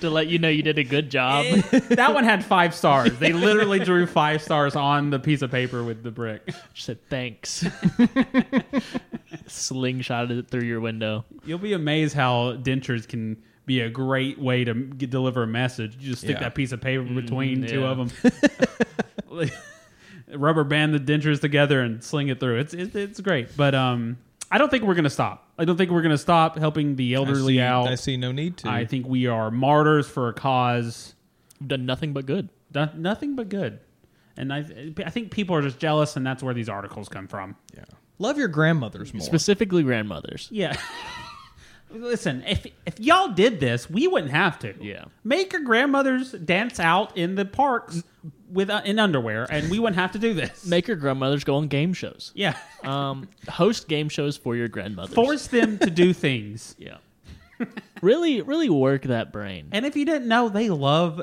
Speaker 5: to let you know you did a good job.
Speaker 6: Eh. that one had five stars. They literally drew five stars on the piece of paper with the brick.
Speaker 5: She said
Speaker 6: [laughs]
Speaker 5: thanks. Slingshotted it through your window.
Speaker 6: You'll be amazed how dentures can be a great way to m- get, deliver a message. You just stick
Speaker 7: Yeah. Mm,
Speaker 6: that piece of paper between two
Speaker 5: yeah.
Speaker 6: of them.
Speaker 7: [laughs]
Speaker 6: Rubber band the dentures together and sling it through. It's it's, it's great, but um, I don't think we're gonna stop. I don't think we're gonna stop helping the
Speaker 7: I
Speaker 6: elderly
Speaker 7: see,
Speaker 6: out.
Speaker 7: I see no need to.
Speaker 6: I think we are martyrs for a cause.
Speaker 5: You've done nothing but good.
Speaker 6: Do- nothing but good, and I I think people are just jealous, and that's where these articles come from.
Speaker 7: yeah. Love your grandmothers more.
Speaker 5: Specifically grandmothers.
Speaker 6: Yeah. [laughs] Listen, if if y'all did this, we wouldn't have to.
Speaker 5: Yeah.
Speaker 6: Make your grandmothers dance out in the parks with uh, in underwear, and we wouldn't have to do this.
Speaker 5: Make your grandmothers go on game shows.
Speaker 6: yeah.
Speaker 5: Um, host game shows for your grandmothers.
Speaker 6: Force them to do things.
Speaker 5: [laughs] Yeah. really, really work that brain.
Speaker 6: And if you didn't know, they love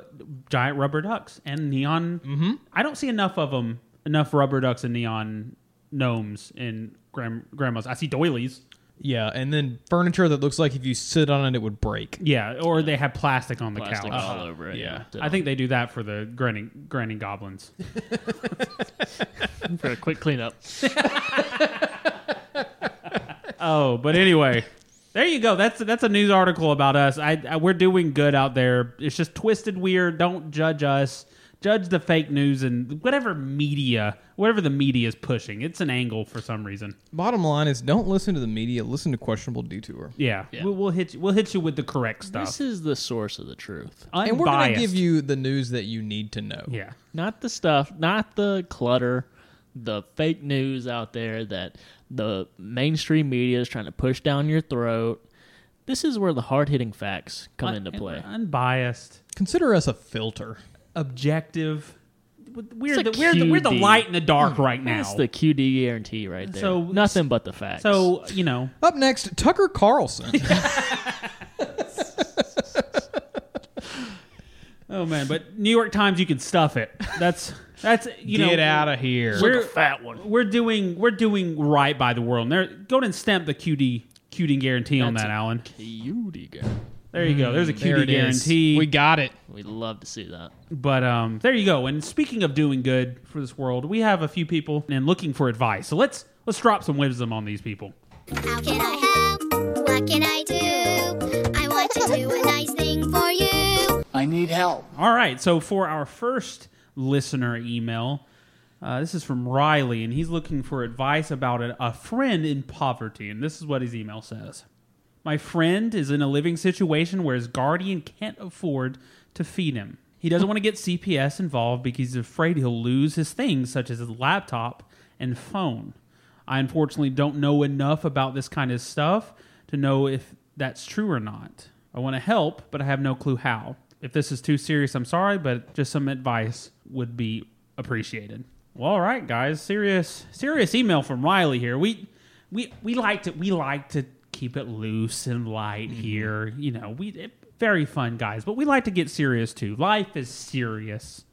Speaker 6: giant rubber ducks and neon. Mm-hmm. I don't see enough of them, enough rubber ducks and neon gnomes in grand, grandmas. I see doilies.
Speaker 7: yeah, and then furniture that looks like if you sit on it, it would break.
Speaker 6: Yeah, or they have plastic on the
Speaker 5: Plastic
Speaker 6: couch.
Speaker 5: all over it.
Speaker 7: yeah.
Speaker 5: So,
Speaker 6: I think they do that for the grinning, grinning
Speaker 5: [laughs]
Speaker 6: goblins.
Speaker 5: for a quick cleanup.
Speaker 6: Oh, but anyway, there you go. That's that's a news article about us. I, I we're doing good out there. It's just twisted weird. Don't judge us. Judge the fake news and whatever media, whatever the media is pushing. It's an angle for some reason.
Speaker 7: Bottom line is, don't listen to the media. Listen to questionable detour.
Speaker 6: Yeah, We'll, we'll hit you, we'll hit you with the correct stuff.
Speaker 5: This is the source of the truth. Um,
Speaker 6: Unbiased.
Speaker 7: And we're going to give you the news that you need to know.
Speaker 6: yeah.
Speaker 5: Not the stuff, not the clutter, the fake news out there that the mainstream media is trying to push down your throat. This is where the hard hitting facts come into play.
Speaker 6: Unbiased,
Speaker 7: Consider us a filter.
Speaker 6: objective. We're
Speaker 5: It's a Hmm.
Speaker 6: the, we're the we're the
Speaker 5: QD.
Speaker 6: light in the dark right now.
Speaker 5: That's the QD guarantee right there.
Speaker 6: So-
Speaker 5: Nothing but the facts.
Speaker 6: so you know
Speaker 7: Up next, Tucker
Speaker 6: [laughs]
Speaker 7: Carlson.
Speaker 6: Oh man, but New York Times, you can stuff it. That's that's you know.
Speaker 7: Get outta here.
Speaker 6: We're
Speaker 5: It's like a fat one.
Speaker 6: We're doing we're doing right by the world. And there, go ahead and stamp the QD QD guarantee on
Speaker 5: That's
Speaker 6: that,
Speaker 5: a
Speaker 6: Alan.
Speaker 5: QD guarantee.
Speaker 6: There you go. There's a
Speaker 7: Hmm, There
Speaker 6: QD
Speaker 7: it is.
Speaker 6: guarantee.
Speaker 7: We got it.
Speaker 5: We'd love to see that.
Speaker 6: but um, there you go. And speaking of doing good for this world, we have a few people and looking for advice. So let's let's drop some wisdom on these people.
Speaker 13: How can I help? What can I do? I want to do a nice thing for you.
Speaker 12: I need help.
Speaker 6: All right. So for our first listener email, uh, this is from Riley, and he's looking for advice about a, a friend in poverty. And this is what his email says My friend is in a living situation where his guardian can't afford to feed him. He doesn't want to get CPS involved because he's afraid he'll lose his things, such as his laptop and phone. I unfortunately don't know enough about this kind of stuff to know if that's true or not. I want to help, but I have no clue how. If this is too serious, I'm sorry, but just some advice would be appreciated. Well, all right, guys, serious serious email from Riley here. We we we like to we like to keep it loose and light here. You know, we it, very fun guys, but we like to get serious too. Life is serious.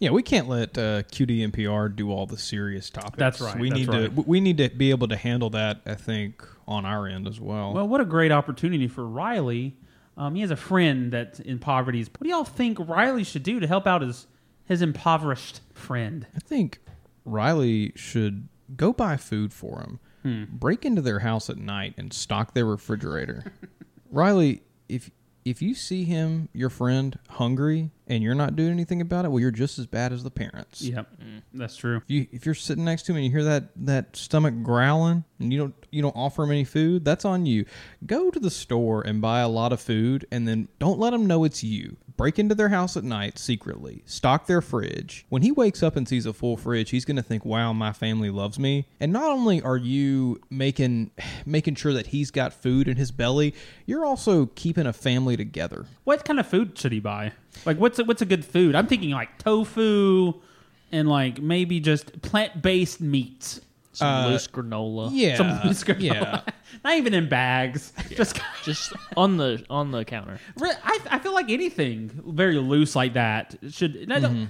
Speaker 7: Yeah, we can't let uh, QDNPR do all the serious topics.
Speaker 6: That's right,
Speaker 7: We
Speaker 6: that's
Speaker 7: need to
Speaker 6: right.
Speaker 7: w- we need to be able to handle that. I think on our end as well.
Speaker 6: Well, what a great opportunity for Riley. Um, he has a friend that's in poverty. What do y'all think Riley should do to help out his his impoverished friend?
Speaker 7: I think Riley should go buy food for him. Break into their house at night and stock their refrigerator. Riley, if if you see him, your friend, hungry and you're not doing anything about it, well, you're just as bad as the parents.
Speaker 6: Yep, that's true.
Speaker 7: If, you, if you're sitting next to him and you hear that that stomach growling and you don't you don't offer him any food, that's on you. Go to the store and buy a lot of food, and then don't let him know it's you. Break into their house at night secretly. Stock their fridge. When he wakes up and sees a full fridge, he's going to think, "Wow, my family loves me." And not only are you making [sighs] making sure that he's got food in his belly, you're also keeping a family together.
Speaker 6: What kind of food should he buy? Like, what's a, what's a good food? I'm thinking like tofu, and like maybe just plant based meats.
Speaker 5: Some loose granola.
Speaker 6: Yeah, some loose granola. [laughs] Not even in bags. [laughs] Just
Speaker 5: just on the on the counter.
Speaker 6: Re- I, I feel like anything very loose like that should. and I don't-
Speaker 5: Mhm.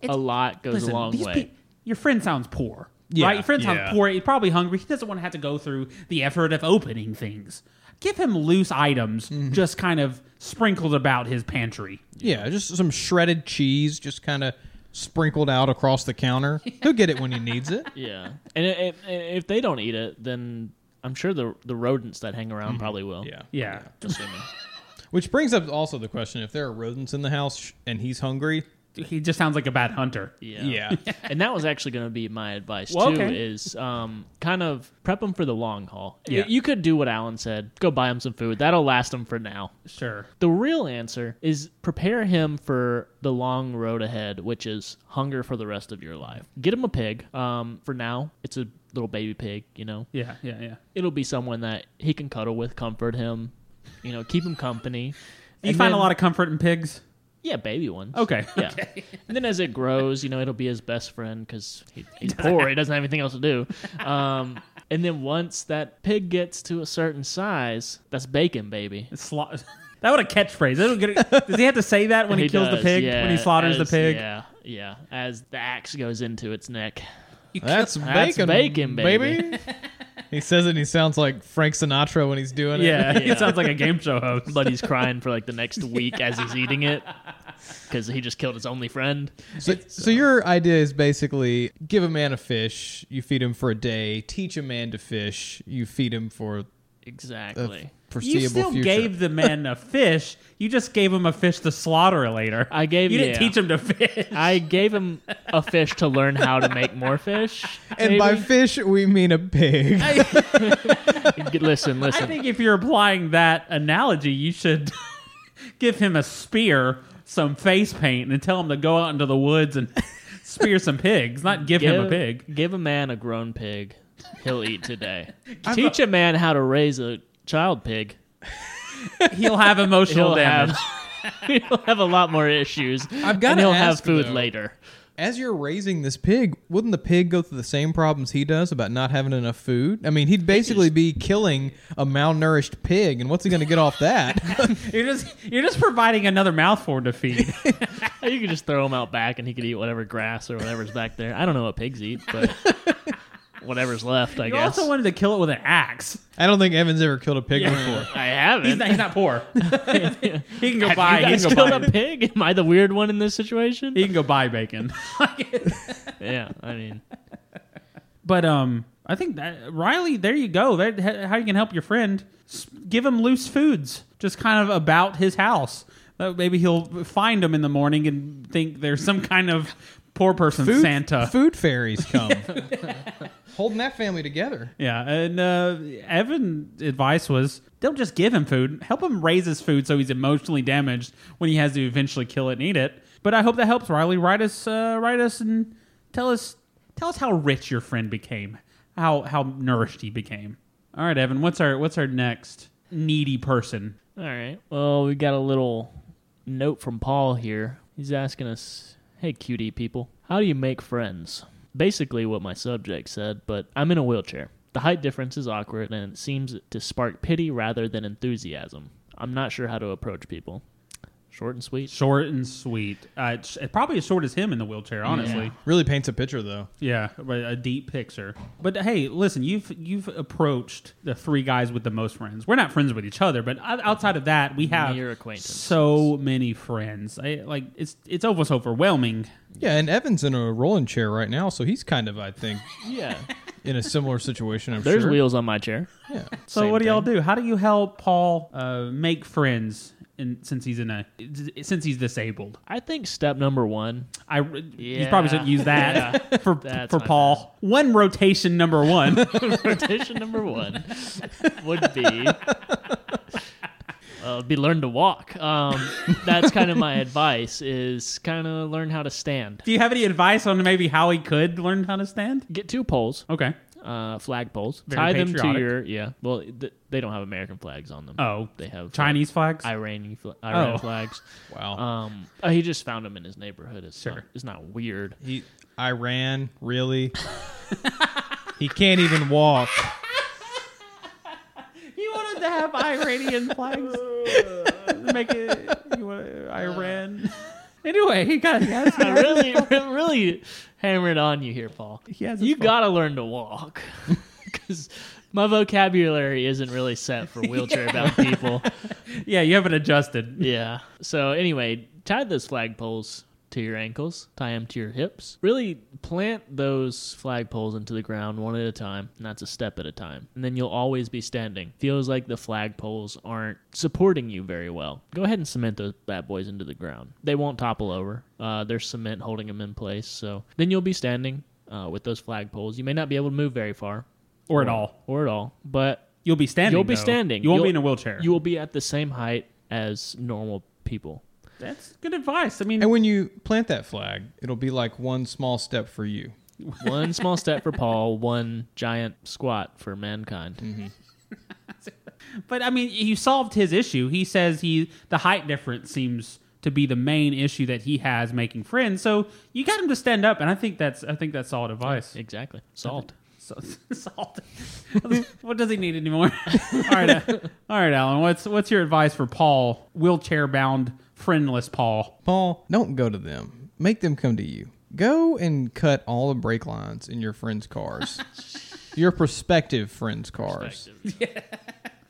Speaker 6: it's-
Speaker 5: A lot goes a long
Speaker 6: these
Speaker 5: way.
Speaker 6: pe- your friend sounds poor,
Speaker 5: Yeah,
Speaker 6: right? Your friend
Speaker 5: yeah.
Speaker 6: sounds poor. He's probably hungry. He doesn't want to have to go through the effort of opening things. Give him loose items,
Speaker 5: Mm-hmm.
Speaker 6: just kind of sprinkled about his pantry.
Speaker 7: Yeah, just some shredded cheese, just kind of sprinkled out across the counter. He'll get it when he needs it.
Speaker 5: Yeah, and i- i- and if they don't eat it, then I'm sure the the rodents that hang around probably will. Yeah,
Speaker 6: Mm-hmm. yeah. [laughs]
Speaker 5: Assuming.
Speaker 7: Which brings up also the question: if there are rodents in the house sh- and he's hungry,
Speaker 6: he just sounds like a bad hunter.
Speaker 5: Yeah.
Speaker 7: yeah.
Speaker 5: and that was actually going to be my advice
Speaker 6: Well,
Speaker 5: too
Speaker 6: okay.
Speaker 5: is um, kind of prep them for the long haul. Y-
Speaker 6: Yeah.
Speaker 5: You could do what Alan said. Go buy him some food. That'll last him for now.
Speaker 6: Sure.
Speaker 5: The real answer is prepare him for the long road ahead, which is hunger for the rest of your life. Get him a pig. Um, for now, it's a little baby pig, you know.
Speaker 6: Yeah, yeah, yeah.
Speaker 5: It'll be someone that he can cuddle with, comfort him, you know, keep him company.
Speaker 6: Do you
Speaker 5: And
Speaker 6: find a
Speaker 5: then-
Speaker 6: lot of comfort in pigs?
Speaker 5: yeah, baby ones.
Speaker 6: Okay,
Speaker 5: Yeah. And then as it grows, you know, it'll be his best friend because
Speaker 6: [laughs]
Speaker 5: he, he's poor. He doesn't have anything else to do. Um, and then once that pig gets to a certain size, that's bacon, baby.
Speaker 6: It's sla- [laughs] that would a catchphrase. That'll get it- Does he have to say that when he, kills
Speaker 5: does,
Speaker 6: the pig?
Speaker 5: yeah,
Speaker 6: when he slaughters
Speaker 5: as-
Speaker 6: the pig?
Speaker 5: Yeah, yeah. As the axe goes into its neck.
Speaker 7: That's
Speaker 5: That's
Speaker 7: bacon,
Speaker 5: bacon, baby.
Speaker 7: baby. he says it, and he sounds like Frank Sinatra when he's doing
Speaker 6: Yeah,
Speaker 5: [laughs]
Speaker 7: it.
Speaker 6: he sounds like a game show host.
Speaker 5: But he's crying for like the next week as he's eating it because he just killed his only friend.
Speaker 7: So, so your idea is basically give a man a fish, you feed him for a day. Teach a man to fish, you feed him for
Speaker 5: Exactly.
Speaker 7: a foreseeable
Speaker 6: You still
Speaker 7: future.
Speaker 6: gave the man a fish. You just gave him a fish to slaughter later.
Speaker 5: I gave
Speaker 6: you didn't
Speaker 5: yeah.
Speaker 6: teach him to fish.
Speaker 5: I gave him a fish to learn how to make more fish.
Speaker 7: and by
Speaker 5: maybe?
Speaker 7: fish we mean a pig.
Speaker 5: listen, listen.
Speaker 6: I think if you're applying that analogy, you should [laughs] give him a spear, some face paint, and tell him to go out into the woods and spear some pigs. Not give, him a pig.
Speaker 5: Give a man a grown pig, he'll eat today. Teach a man how to raise a child pig.
Speaker 6: He'll have emotional
Speaker 5: He'll have- [laughs]
Speaker 6: damage.
Speaker 5: he'll have a lot more issues.
Speaker 7: I've got
Speaker 5: and
Speaker 7: to
Speaker 5: he'll
Speaker 7: ask,
Speaker 5: have food
Speaker 7: though,
Speaker 5: later.
Speaker 7: As you're raising this pig, wouldn't the pig go through the same problems he does about not having enough food? I mean, he'd basically be killing a malnourished pig, and what's he going to get off that? [laughs]
Speaker 6: You're just you're just providing another mouthful to
Speaker 5: [laughs]
Speaker 6: feed.
Speaker 5: You could just throw him out back, and he could eat whatever grass or whatever's back there. I don't know what pigs eat, but whatever's left, I
Speaker 6: you
Speaker 5: guess.
Speaker 6: also wanted to kill it with an axe.
Speaker 7: I don't think Evan's ever killed a pig before.
Speaker 5: I haven't.
Speaker 6: He's not, he's not poor. [laughs] he can go
Speaker 5: Have
Speaker 6: buy.
Speaker 5: you
Speaker 6: He
Speaker 5: guys
Speaker 6: can go
Speaker 5: killed
Speaker 6: buy.
Speaker 5: a pig? Am I the weird one in this situation?
Speaker 6: He can go buy bacon. [laughs]
Speaker 5: yeah, I mean,
Speaker 6: But um, I think that Riley, there you go. That h- how you can help your friend. S- Give him loose foods, just kind of about his house. Uh, maybe he'll find them in the morning and think there's some kind of poor person
Speaker 7: Food,
Speaker 6: Santa.
Speaker 7: Food fairies come. Holding that family together.
Speaker 6: Yeah, and uh, Evan's advice was don't just give him food. Help him raise his food so he's emotionally damaged when he has to eventually kill it and eat it. But I hope that helps, Riley. Write us, uh, write us, and tell us, tell us how rich your friend became, how how nourished he became. All right, Evan, what's our what's our next needy person?
Speaker 5: All right. Well, we got a little note from Paul here. He's asking us, "Hey, cutie people, how do you make friends?" Basically, what my subject said, but I'm in a wheelchair. The height difference is awkward, and it seems to spark pity rather than enthusiasm. I'm not sure how to approach people. Short and sweet.
Speaker 6: Short and sweet. Uh, it's probably as short as him in the wheelchair, honestly.
Speaker 5: Yeah.
Speaker 7: Really paints a picture, though.
Speaker 6: Yeah, but a deep picture. But hey, listen, you've you've approached the three guys with the most friends. We're not friends with each other, but o- outside of that, we have
Speaker 5: Mere acquaintances.
Speaker 6: so many friends. I, like it's it's almost overwhelming.
Speaker 7: Yeah, and Evan's in a rolling chair right now, so he's kind of, I think,
Speaker 5: Yeah.
Speaker 7: in a similar situation. I'm
Speaker 5: There's
Speaker 7: sure.
Speaker 5: wheels on my chair.
Speaker 7: Yeah.
Speaker 6: So
Speaker 5: Same
Speaker 6: what do y'all do? How do you help Paul uh, make friends in, since he's in a since he's disabled.
Speaker 5: I think step number one.
Speaker 6: I you probably shouldn't
Speaker 5: [laughs]
Speaker 6: use that for
Speaker 5: That's
Speaker 6: for
Speaker 5: my
Speaker 6: Paul. When rotation number one
Speaker 5: Rotation number one would be uh, be learn to walk. Um, that's kind of
Speaker 6: [laughs]
Speaker 5: my advice is kind of learn how to stand.
Speaker 6: Do you have any advice on maybe how he could learn how to stand?
Speaker 5: Get two poles.
Speaker 6: Okay.
Speaker 5: Uh, flag poles.
Speaker 6: Very
Speaker 5: Tie them to
Speaker 6: patriotic.
Speaker 5: your yeah. Well, th- they don't have American flags on them.
Speaker 6: Oh,
Speaker 5: they have
Speaker 6: Chinese flags?
Speaker 5: Iranian, fl- Iran
Speaker 6: Oh.
Speaker 5: flags.
Speaker 7: Wow.
Speaker 5: Um, uh, he just found them in his neighborhood. It's not, it's
Speaker 6: [laughs]
Speaker 5: not weird.
Speaker 7: He, Iran, really? he can't even walk.
Speaker 6: [laughs] He wanted to have Iranian
Speaker 5: [laughs]
Speaker 6: flags. Make it you want, Iran. Anyway, he got yes,
Speaker 5: I Uh, really, [laughs] re- really hammered on you here, Paul.
Speaker 6: has his
Speaker 5: you
Speaker 6: fault.
Speaker 5: gotta learn to walk [laughs] because my vocabulary isn't really set for wheelchair bound people.
Speaker 6: yeah, you haven't adjusted.
Speaker 5: Yeah. So anyway, tie those flagpoles to your ankles, tie them to your hips. Really plant those flagpoles into the ground one at a time, and that's a step at a time. And then you'll always be standing. Feels like the flagpoles aren't supporting you very well. Go ahead and cement those bad boys into the ground. They won't topple over. Uh, there's cement holding them in place. So then you'll be standing uh, with those flagpoles. You may not be able to move very far.
Speaker 6: Or at all.
Speaker 5: Or at all. But
Speaker 6: You'll be standing.
Speaker 5: You'll be
Speaker 6: though.
Speaker 5: standing.
Speaker 6: You won't be
Speaker 5: You'll-
Speaker 6: in a wheelchair.
Speaker 5: You will be at the same height as normal people.
Speaker 6: That's good advice. I mean,
Speaker 7: And when you plant that flag, it'll be like one small step for you.
Speaker 5: one small step for Paul, one giant squat for mankind.
Speaker 7: Mm-hmm.
Speaker 6: But I mean, you solved his issue. He says he the height difference seems to be the main issue that he has making friends. So you got him to stand up, and I think that's I think that's solid advice.
Speaker 5: Exactly. Solved.
Speaker 6: So, [laughs] solid. what does he need anymore? [laughs] all right, uh, all right, Alan. What's what's your advice for Paul, wheelchair bound, friendless Paul?
Speaker 7: Paul, don't go to them. Make them come to you. Go and cut all the brake lines in your friends'
Speaker 5: [laughs]
Speaker 7: cars. your prospective friends' cars.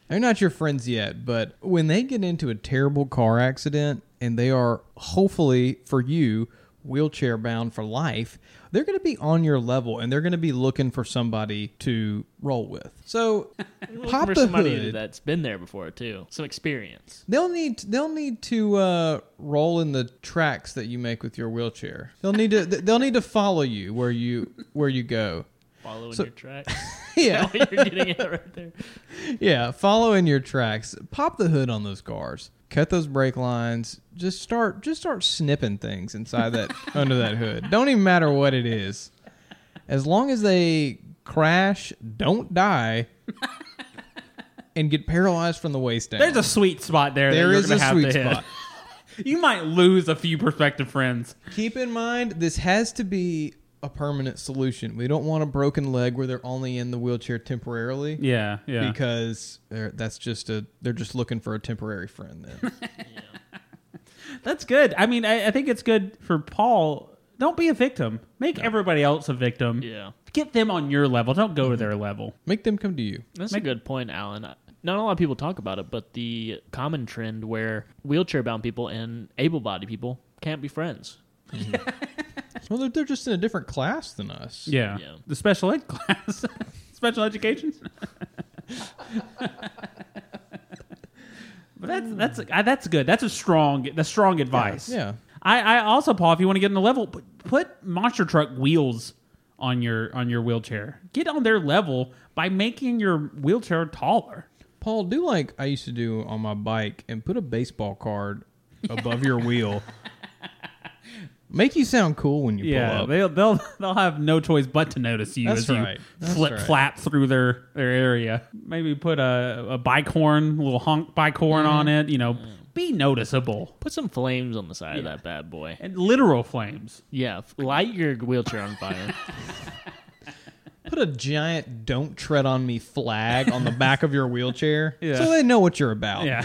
Speaker 7: They're not your friends yet, but when they get into a terrible car accident and they are hopefully for you wheelchair bound for life, they're going to be on your level and they're going to be looking for somebody to roll with.
Speaker 5: [laughs]
Speaker 7: So pop
Speaker 5: for
Speaker 7: the
Speaker 5: somebody
Speaker 7: hood.
Speaker 5: that's been there before too. Some experience.
Speaker 7: They'll need they'll need to uh, roll in the tracks that you make with your wheelchair. They'll need to they'll need to follow you where you where you go.
Speaker 5: Following your tracks.
Speaker 7: [laughs] Yeah.
Speaker 5: Is that what [laughs] you're getting at right there.
Speaker 7: Yeah, follow in your tracks. Pop the hood on those cars. Cut those brake lines. Just start just start snipping things
Speaker 6: [laughs]
Speaker 7: inside that under that hood. Don't even matter what it is. As long as they crash,
Speaker 6: [laughs]
Speaker 7: don't die, and get paralyzed from the waist down.
Speaker 6: There's a sweet spot there.
Speaker 7: There
Speaker 6: that you're
Speaker 7: is
Speaker 6: gonna
Speaker 7: a
Speaker 6: have
Speaker 7: sweet
Speaker 6: to hit.
Speaker 7: spot.
Speaker 6: You might lose a few prospective friends.
Speaker 7: Keep in mind, this has to be a permanent solution. We don't want a broken leg where they're only in the wheelchair temporarily.
Speaker 6: Yeah, yeah.
Speaker 7: Because they're, that's just a they're just looking for a temporary friend.
Speaker 6: [laughs]
Speaker 7: Then
Speaker 6: That's good. I mean, I, I think it's good for Paul. Don't be a victim. Make everybody else a victim.
Speaker 5: Yeah.
Speaker 6: Get them on your level. Don't go to their level.
Speaker 7: make them come to you.
Speaker 5: That's a good point, Alan. Not a lot of people talk about it, but the common trend where wheelchair bound people and able bodied people can't be friends.
Speaker 7: Well, they're, they're just in a different class than us.
Speaker 6: Yeah.
Speaker 5: Yeah.
Speaker 6: The special ed class. [laughs] special education. [laughs] but that's that's I- that's good. That's a strong that's strong advice.
Speaker 7: Yeah.
Speaker 6: I, I also Paul, if you want to get in the level, put, put monster truck wheels on your on your wheelchair. Get on their level by making your wheelchair taller.
Speaker 7: Paul, do like I used to do on my bike and put a baseball card above
Speaker 6: [laughs]
Speaker 7: your wheel. Make you sound cool when you pull
Speaker 6: Yeah,
Speaker 7: up.
Speaker 6: they'll they'll [laughs] they'll have no choice but to notice you
Speaker 7: That's
Speaker 6: as you
Speaker 7: right. That's
Speaker 6: flip
Speaker 7: right.
Speaker 6: flap through their their area. Maybe put a a bike horn, little honk bike horn
Speaker 7: Mm-hmm.
Speaker 6: on it. You know, be noticeable
Speaker 5: Put some flames on the side of that bad boy.
Speaker 6: and literal flames.
Speaker 5: Yeah, f- light your wheelchair on
Speaker 7: [laughs]
Speaker 5: fire.
Speaker 7: Put a giant "Don't tread on me" flag on the back of your wheelchair,
Speaker 6: [laughs] Yeah.
Speaker 7: so they know what you're about.
Speaker 6: Yeah.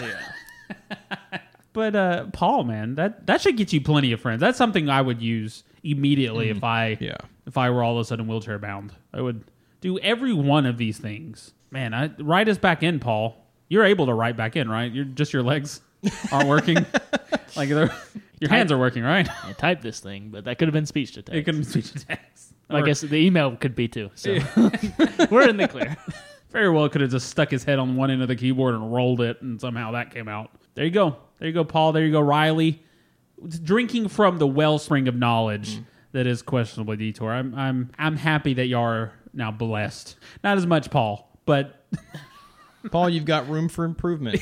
Speaker 6: [laughs] but uh, Paul, man, that that should get you plenty of friends. That's something I would use immediately if I
Speaker 7: Yeah.
Speaker 6: if I were all of a sudden wheelchair bound. I would do every one of these things. Man, I, write us back in, Paul. You're able to write back in, right? You're just your legs aren't working. like they're- your hands are working, right? [laughs]
Speaker 5: I typed this thing, but that could have been speech to text.
Speaker 6: It couldn't speak to text.
Speaker 5: [laughs]
Speaker 7: [laughs]
Speaker 5: I guess the email could be too. So we're in the clear.
Speaker 6: Very well could have just stuck his head on one end of the keyboard and rolled it, and somehow that came out. There you go. There you go, Paul. There you go, Riley. Drinking from the wellspring of knowledge
Speaker 5: Mm-hmm.
Speaker 6: that is questionably detour. I'm I'm I'm happy that y'all are now blessed. Not as much, Paul, but
Speaker 7: Paul, you've got room
Speaker 6: [laughs]
Speaker 7: for improvement.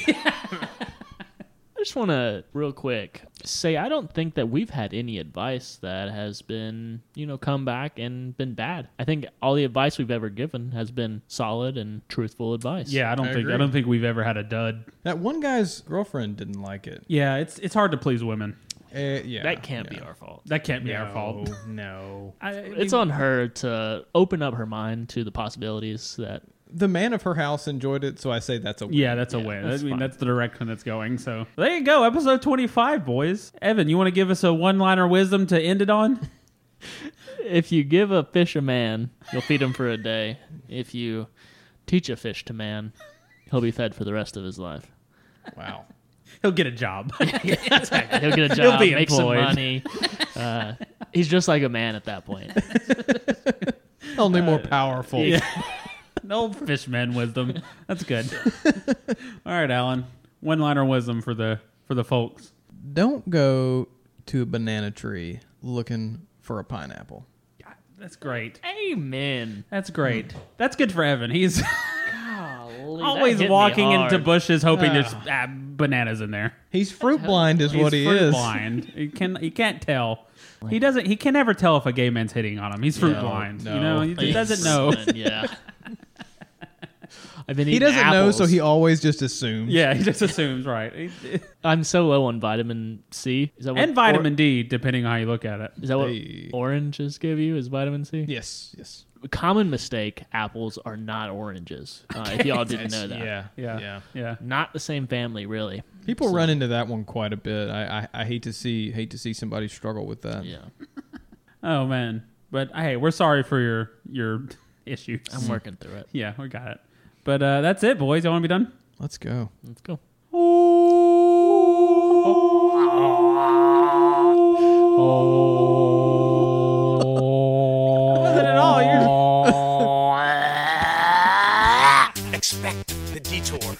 Speaker 5: I just want to real quick say I don't think that we've had any advice that has been, you know, come back and been bad. I think all the advice we've ever given has been solid and truthful advice.
Speaker 6: yeah, I don't think I don't think we've ever had a dud.
Speaker 7: That one guy's girlfriend didn't like it.
Speaker 6: Yeah, it's it's hard to please women.
Speaker 7: Uh, yeah,
Speaker 5: That can't be our fault.
Speaker 6: That can't be our fault. [laughs]
Speaker 7: No,
Speaker 6: I- I
Speaker 5: It's
Speaker 6: mean,
Speaker 5: on her to open up her mind to the possibilities that
Speaker 7: the man of her house enjoyed it, so I say that's a win.
Speaker 6: Yeah, that's a win.
Speaker 5: that's
Speaker 6: I mean,
Speaker 5: fine.
Speaker 6: that's the direction that's going. So there you go, episode twenty-five, boys. Evan, you want to give us a one-liner wisdom to end it on? [laughs]
Speaker 5: if you give a fish a man, you'll feed him for a day. If you teach a fish to man, he'll be fed for the rest of his life.
Speaker 7: Wow.
Speaker 6: He'll get a job. [laughs]
Speaker 5: He'll get a
Speaker 6: He'll
Speaker 5: job,
Speaker 6: be
Speaker 5: make some
Speaker 6: employed.
Speaker 5: money. Uh, he's just like a man at that point.
Speaker 7: [laughs] Only
Speaker 6: Uh,
Speaker 7: more powerful.
Speaker 6: no fishman wisdom. That's good. All right, Alan. One-liner wisdom for the for the folks.
Speaker 7: [laughs] Don't go to a banana tree looking for a pineapple.
Speaker 6: That's great.
Speaker 5: Amen.
Speaker 6: That's great. That's good for Evan. He's
Speaker 5: Golly, that
Speaker 6: always
Speaker 5: hit me
Speaker 6: walking into
Speaker 5: hard.
Speaker 6: bushes hoping there's uh, bananas in there.
Speaker 7: He's fruit blind, is what
Speaker 6: He's
Speaker 7: he
Speaker 6: fruit
Speaker 7: is.
Speaker 6: blind. He can he can't tell. He doesn't. He can never tell if a gay man's hitting on him. He's fruit
Speaker 7: No,
Speaker 6: blind.
Speaker 7: no.
Speaker 6: You know, he
Speaker 5: Please,
Speaker 6: doesn't know.
Speaker 5: [laughs] man, yeah. I've been
Speaker 7: He
Speaker 5: eating
Speaker 7: doesn't know,
Speaker 5: apples.
Speaker 7: so he always just assumes.
Speaker 6: yeah, he just assumes right. He-
Speaker 5: I'm so low on vitamin C. Is that what
Speaker 6: and vitamin
Speaker 5: or-
Speaker 6: D, depending on how you look at it.
Speaker 5: is that what
Speaker 7: Hey.
Speaker 5: oranges give you? Is vitamin C?
Speaker 7: Yes. Yes.
Speaker 5: Common mistake: apples are not oranges. Uh, if y'all didn't know that,
Speaker 7: Yeah.
Speaker 6: Yeah,
Speaker 7: Yeah.
Speaker 6: yeah.
Speaker 5: not the same family, really.
Speaker 7: People run into that one quite a bit. I, I, I hate to see hate to see somebody struggle with that.
Speaker 5: Yeah,
Speaker 6: Oh man, but hey, we're sorry for your your issues.
Speaker 5: I'm working through it.
Speaker 6: yeah, we got it. But uh, that's it, boys. Y'all want to be done?
Speaker 7: Let's go.
Speaker 5: Let's go.
Speaker 6: Wasn't at all. You're-
Speaker 12: Expect the detour.